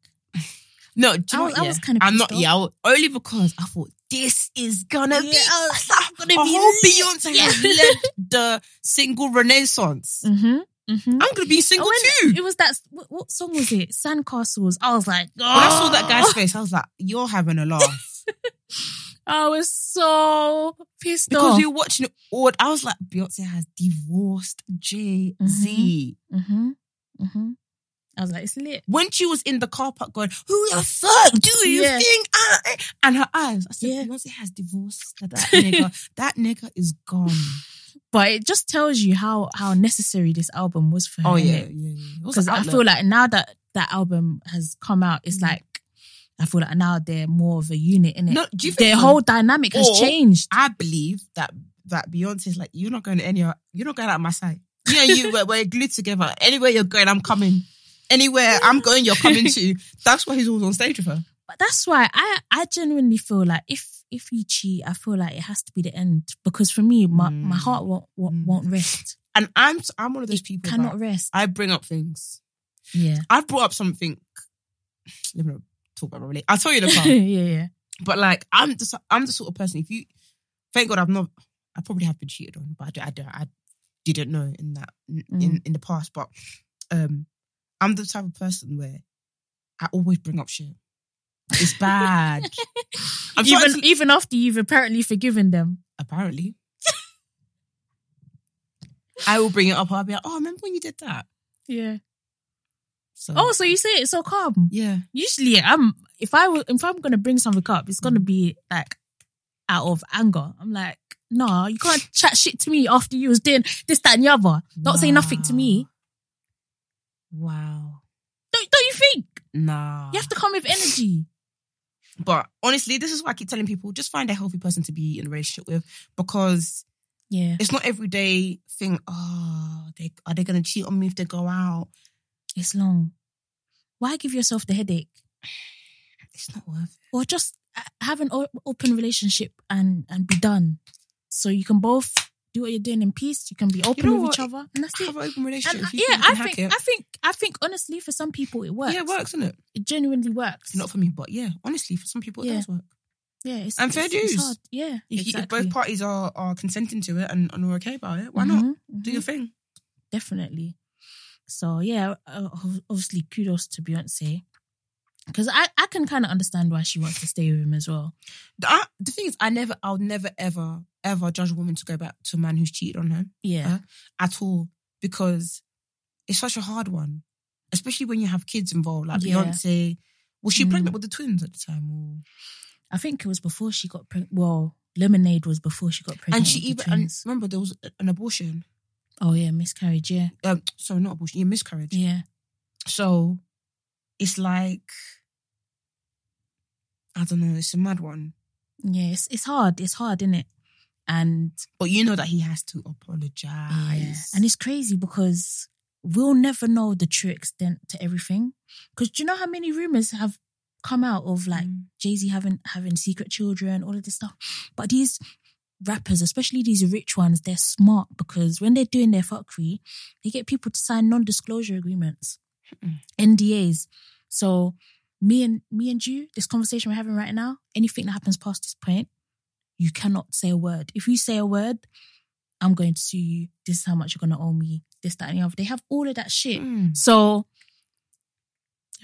S1: No, do you
S2: I
S1: know
S2: was-
S1: what,
S2: I
S1: yeah?
S2: was kinda
S1: I'm
S2: pissed
S1: not.
S2: off.
S1: Yeah, I was- only because I thought this is gonna be
S2: Yeah, I was
S1: awesome.
S2: gonna
S1: a
S2: be
S1: whole
S2: lit.
S1: Beyonce
S2: Yeah.
S1: has led the single renaissance.
S2: Mm-hmm. Mm-hmm.
S1: I'm gonna be single too.
S2: It was that. What, what song was it? Sandcastles. I was like, oh.
S1: When I
S2: [gasps]
S1: saw that guy's face, I was like, "You're having a laugh,"
S2: I was so pissed
S1: because
S2: off.
S1: we were watching it. All, I was like, "Beyonce has divorced Jay Z."
S2: mm-hmm. Mm-hmm. I was like, it's lit.
S1: When she was in the car park, going, "Who the fuck do you
S2: Yeah.
S1: think?" I am?" and her eyes, I said,
S2: Yeah.
S1: "Beyonce has divorced that
S2: [laughs]
S1: nigga. that nigga is gone."
S2: But it just tells you how how necessary this album was for her.
S1: Oh yeah, yeah.
S2: innit?
S1: yeah. It was
S2: because
S1: an
S2: I
S1: outlet.
S2: feel like now that that album has come out,
S1: Mm.
S2: it's like I feel like now they're more of a unit in it.
S1: No, do you think
S2: Their
S1: so?
S2: whole dynamic has
S1: Or-
S2: changed.
S1: I believe that that Beyonce's like, "You're not going to any. You're not going out of my sight. Yeah, you. we're, we're glued together. Anywhere you're going, I'm coming." Anywhere I'm going,
S2: [laughs]
S1: you're coming to. That's why he's always on stage with her.
S2: But that's why I I genuinely feel like if if you cheat, I feel like it has to be the end because for me, my, my
S1: Mm.
S2: heart won't
S1: Mm.
S2: won't, won't [laughs] rest.
S1: And I'm I'm one of those people. that-
S2: Cannot rest.
S1: I bring up things.
S2: [laughs] Yeah.
S1: I've brought up something. Let me not talk about my relationship. I'll tell you in the
S2: yeah, [laughs]
S1: car.
S2: yeah.
S1: but like, I'm just I'm the sort of person. If you, thank God, I've not. I probably have been cheated on, but I, d- I, d- I didn't know in that in,
S2: Mm.
S1: in in the past. But um, I'm the type of person where I always bring up shit. It's
S2: [laughs]
S1: bad. I'm trying
S2: even
S1: to-
S2: even after you've apparently forgiven them.
S1: apparently. I will bring it up. I'll be like, oh, remember when you did that?
S2: Yeah.
S1: So
S2: Oh, so you say it's so calm.
S1: yeah,
S2: Usually, I'm if I w- if I'm gonna bring something up, it's gonna be like out of anger. I'm like, nah, you can't chat shit to me after you was doing this, that, and the other. Don't say nothing to me.
S1: Wow.
S2: Don't don't you think
S1: Nah.
S2: you have to come with energy?
S1: But honestly, this is why I keep telling people just find a healthy person to be in a relationship with because
S2: Yeah,
S1: it's not everyday thing. Oh, they are they gonna cheat on me if they go out?
S2: it's long. Why give yourself the headache?
S1: It's not worth it.
S2: or just uh, have an o- open relationship and and be done so you can both do what you're doing in peace you can be open
S1: know
S2: with
S1: what?
S2: each other and that's it
S1: Have an open relationship.
S2: and uh,
S1: If you
S2: yeah
S1: think you
S2: i
S1: can hack
S2: think
S1: it-
S2: i think i think honestly for some people it works
S1: yeah, it works, isn't it?
S2: it genuinely works
S1: Not for me, but yeah, honestly, for some people it
S2: Yeah.
S1: does work.
S2: yeah it's,
S1: and fair
S2: it's, it's
S1: dues.
S2: hard. yeah
S1: If, you- if both parties are are consenting to it and, and are okay about it, why
S2: Mm-hmm.
S1: not? Do your thing.
S2: definitely so yeah uh, ob- obviously kudos to beyonce because I, I can kind of understand why she wants to stay with him as well
S1: The, I, the thing is, I never, I'll never, ever, ever judge a woman to go back to a man who's cheated on her.
S2: yeah
S1: Uh, at all because it's such a hard one, especially when you have kids involved, like
S2: Yeah.
S1: Beyonce. Was she
S2: Mm.
S1: pregnant with the twins at the time? Or...
S2: i think it was before she got pregnant well lemonade was before she got pregnant
S1: And she
S2: with the
S1: even and
S2: twins.
S1: remember there was a- an abortion.
S2: Oh yeah, miscarriage. Yeah,
S1: Um, sorry, not abortion, yeah, miscarriage.
S2: yeah.
S1: So it's like I don't know, it's a mad one.
S2: Yeah, it's, it's hard. It's hard, isn't it? And
S1: But you know that he has to
S2: yeah.
S1: apologize.
S2: and it's crazy because we'll never know the true extent to everything. Because do you know how many rumors have come out of like
S1: Mm.
S2: Jay Z having having secret children, all of this stuff? But these rappers, especially these rich ones, they're smart because when they're doing their fuckery, they get people to sign non-disclosure agreements,
S1: Mm.
S2: NDAs. So me and me and you, this conversation we're having right now, anything that happens past this point, you cannot say a word. If you say a word, I'm going to sue you. This is how much you're gonna owe me. This, that, and the other. They have all of that shit.
S1: Mm.
S2: So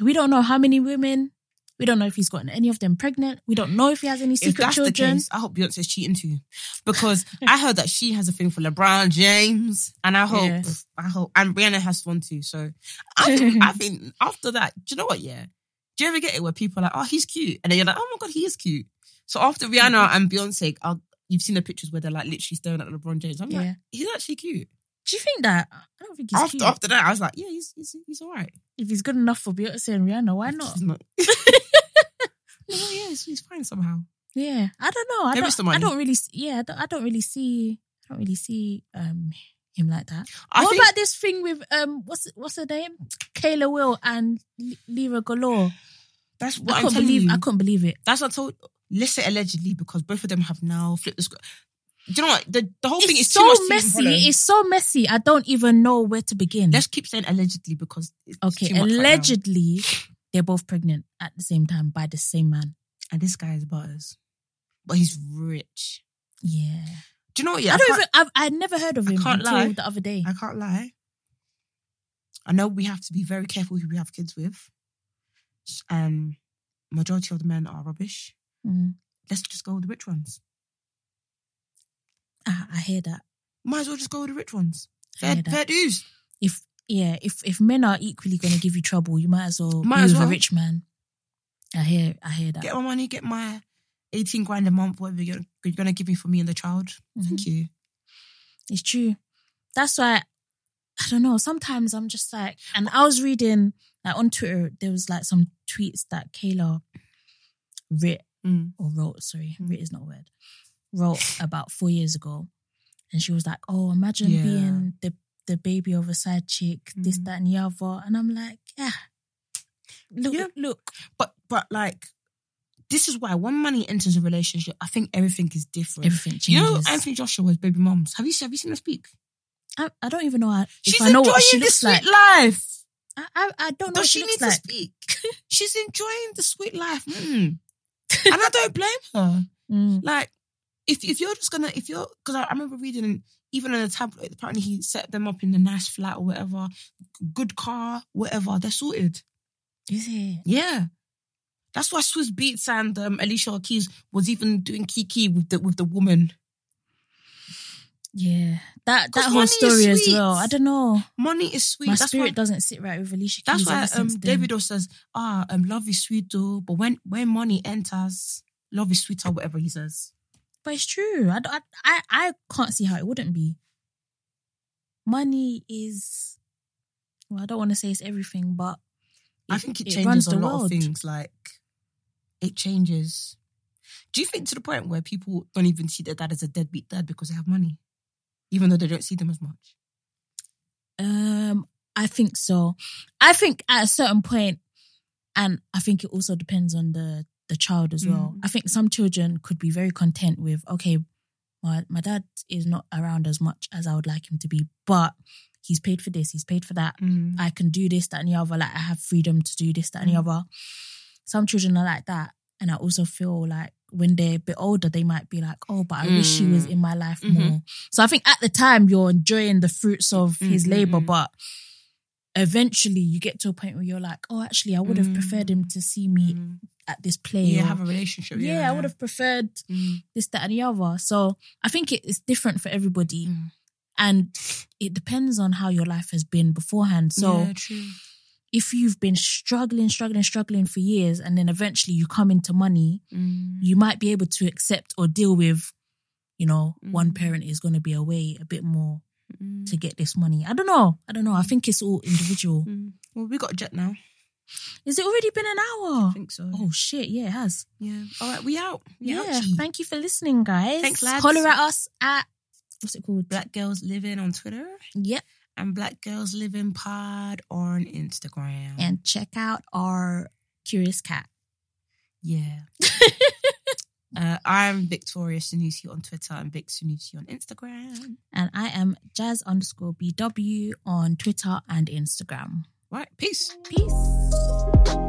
S2: we don't know how many women. We don't know if he's gotten any of them pregnant. We don't know if he has any
S1: if
S2: secret
S1: that's the
S2: children.
S1: case, I hope Beyonce's cheating too, because I heard that she has a thing for LeBron James, and I hope,
S2: Yeah.
S1: pff, I hope, and Rihanna has one too. So I [laughs] think, I think after that, do you know what? Yeah, do you ever get it where people are like, oh, he's cute, and then you're like, oh my god, he is cute. So after Rihanna and Beyonce, i you've seen the pictures where they're like literally staring at LeBron James. I'm
S2: Yeah.
S1: like, he's actually cute.
S2: Do you think that? I don't think he's
S1: after
S2: cute.
S1: after that, I was like, yeah, he's he's, he's all right.
S2: If he's good enough for Beyonce and Rihanna, why not?
S1: He's [laughs] not. no, yeah, he's, he's fine somehow.
S2: Yeah, I don't know. I
S1: Maybe
S2: don't,
S1: it's the money.
S2: I don't really. s- Yeah, I don't, I don't really see. I don't really see um him like that.
S1: I
S2: what
S1: think
S2: about this thing with um what's what's her name? Kayla Will and L- Lira Galore.
S1: that's what
S2: I
S1: am
S2: couldn't
S1: telling
S2: believe.
S1: you.
S2: I couldn't believe it.
S1: That's what I told. Let's say allegedly because both of them have now flipped the script. Do you know what? The, the whole thing is
S2: It's
S1: too
S2: so
S1: much to even
S2: messy.
S1: follow.
S2: It's so messy. I don't even know where to begin.
S1: Let's keep saying allegedly because it's
S2: okay,
S1: too much right now.
S2: allegedly they're both pregnant at the same time by the same man.
S1: and this guy is butters, but he's rich.
S2: Yeah,
S1: Do you know what? Yeah,
S2: I don't
S1: can't-
S2: even. I've, I'd never heard of
S1: I
S2: him
S1: can't
S2: until
S1: lie.
S2: the other day.
S1: I can't lie. I know we have to be very careful who we have kids with. Um, majority of the men are rubbish.
S2: Mm.
S1: Let's just go with the rich ones.
S2: Ah, I, I hear that.
S1: Might as well just go with the rich ones.
S2: I
S1: Fair,
S2: hear that.
S1: fair dues.
S2: If yeah, if if men are equally going to give you trouble, you might as well
S1: Might
S2: be
S1: as
S2: with
S1: well.
S2: a rich man. I hear. I hear that.
S1: Get my money. Get my eighteen grand a month. Whatever you're, you're gonna give me for me and the child.
S2: Mm-hmm.
S1: Thank you.
S2: It's true. That's why I don't know. Sometimes I'm just like, and I was reading like on Twitter, there was like some tweets that Kayla writ
S1: Mm.
S2: or wrote, sorry,
S1: Mm.
S2: writ is not a word,
S1: [laughs]
S2: wrote about four years ago. And she was like, Oh, imagine
S1: Yeah.
S2: being the the baby of a side chick, this,
S1: Mhm.
S2: that, and the other. And I'm like, Yeah. Look,
S1: Yeah.
S2: look.
S1: But but like this is why when money enters a relationship, I think everything is different.
S2: Everything changes.
S1: you know Anthony Joshua's baby moms. Have you have you seen her speak?
S2: I, I don't even know how,
S1: She's
S2: if I know
S1: enjoying
S2: what she
S1: the
S2: looks
S1: sweet
S2: like.
S1: life.
S2: I, I, I don't know
S1: Does
S2: what
S1: she,
S2: she, looks
S1: need
S2: like. [laughs]
S1: to speak? She's enjoying the sweet life. Mm. and I
S2: [laughs]
S1: don't blame her.
S2: Mm.
S1: Like, if if you're just gonna if you're because I, I remember reading even in a tabloid, apparently he set them up in a nice flat or whatever, good car, whatever, they're sorted.
S2: Is it?
S1: Yeah. That's why Swiss Beats and um, Alicia Keys was even doing Kiki with the with the woman.
S2: Yeah, that that
S1: 'Cause
S2: whole
S1: money is
S2: story as
S1: sweet.
S2: well. I don't know.
S1: Money is sweet.
S2: My
S1: that's
S2: spirit
S1: why,
S2: doesn't sit right with Alicia
S1: that's
S2: Keys ever
S1: why um,
S2: since then.
S1: Davido says, ah, um, love is sweet though. But when, when money enters, love is sweeter, whatever he says.
S2: But it's true. I, don't- I, I, I can't see how it wouldn't be. Money is, well, I don't want to say it's everything, but
S1: I think it,
S2: runs
S1: changes a
S2: the
S1: lot
S2: world.
S1: of things. Like it changes. Do you think to the point where people don't even see their dad as a deadbeat dad because they have money, even though they don't see them as much?
S2: Um, I think so. I think at a certain point, and I think it also depends on the the child as well.
S1: Mm.
S2: I think some children could be very content with okay, my my dad is not around as much as I would like him to be, but he's paid for this, he's paid for that.
S1: Mm.
S2: I can do this, that, and the other. Like I have freedom to do this, that, and the other. Some children are like that, and I also feel like when they're a bit older, they might be like, "Oh, but I wish he was
S1: Mm.
S2: in my life
S1: Mhm.
S2: more." So I think at the time you're enjoying the fruits of his
S1: Mm, mm,
S2: labor,
S1: mm.
S2: but eventually you get to a point where you're like, "Oh, actually, I would have
S1: Mm.
S2: preferred him to see me
S1: Mm.
S2: at this play."
S1: Yeah,
S2: or-
S1: have a relationship.
S2: yeah, I would have preferred
S1: Mm.
S2: this, that, and the other. So I think it is different for everybody,
S1: Mm.
S2: and it depends on how your life has been beforehand. So
S1: yeah, true.
S2: if you've been struggling, struggling, struggling for years, and then eventually you come into money,
S1: Mm.
S2: you might be able to accept or deal with, you know, one
S1: Mm.
S2: parent is going to be away a bit more to get this money. I don't know. I don't know. I think it's all individual.
S1: Mm. Well, we got a jet now.
S2: Is it already been an
S1: I
S2: hour?
S1: think so.
S2: Oh shit! Yeah, it has.
S1: Yeah. All right, we out. We
S2: Yeah.
S1: ouchie.
S2: Thank you for listening, guys.
S1: Thanks, lads.
S2: Holler at us at what's it called?
S1: Black girls living on Twitter
S2: Yep.
S1: and Black girls living pod on Instagram.
S2: And check out our curious cat.
S1: Yeah. uh, I'm Victoria Sunusi on Twitter and Vic Sunusi on Instagram.
S2: And I am Jazz underscore BW on Twitter and Instagram.
S1: Right, peace.
S2: Peace.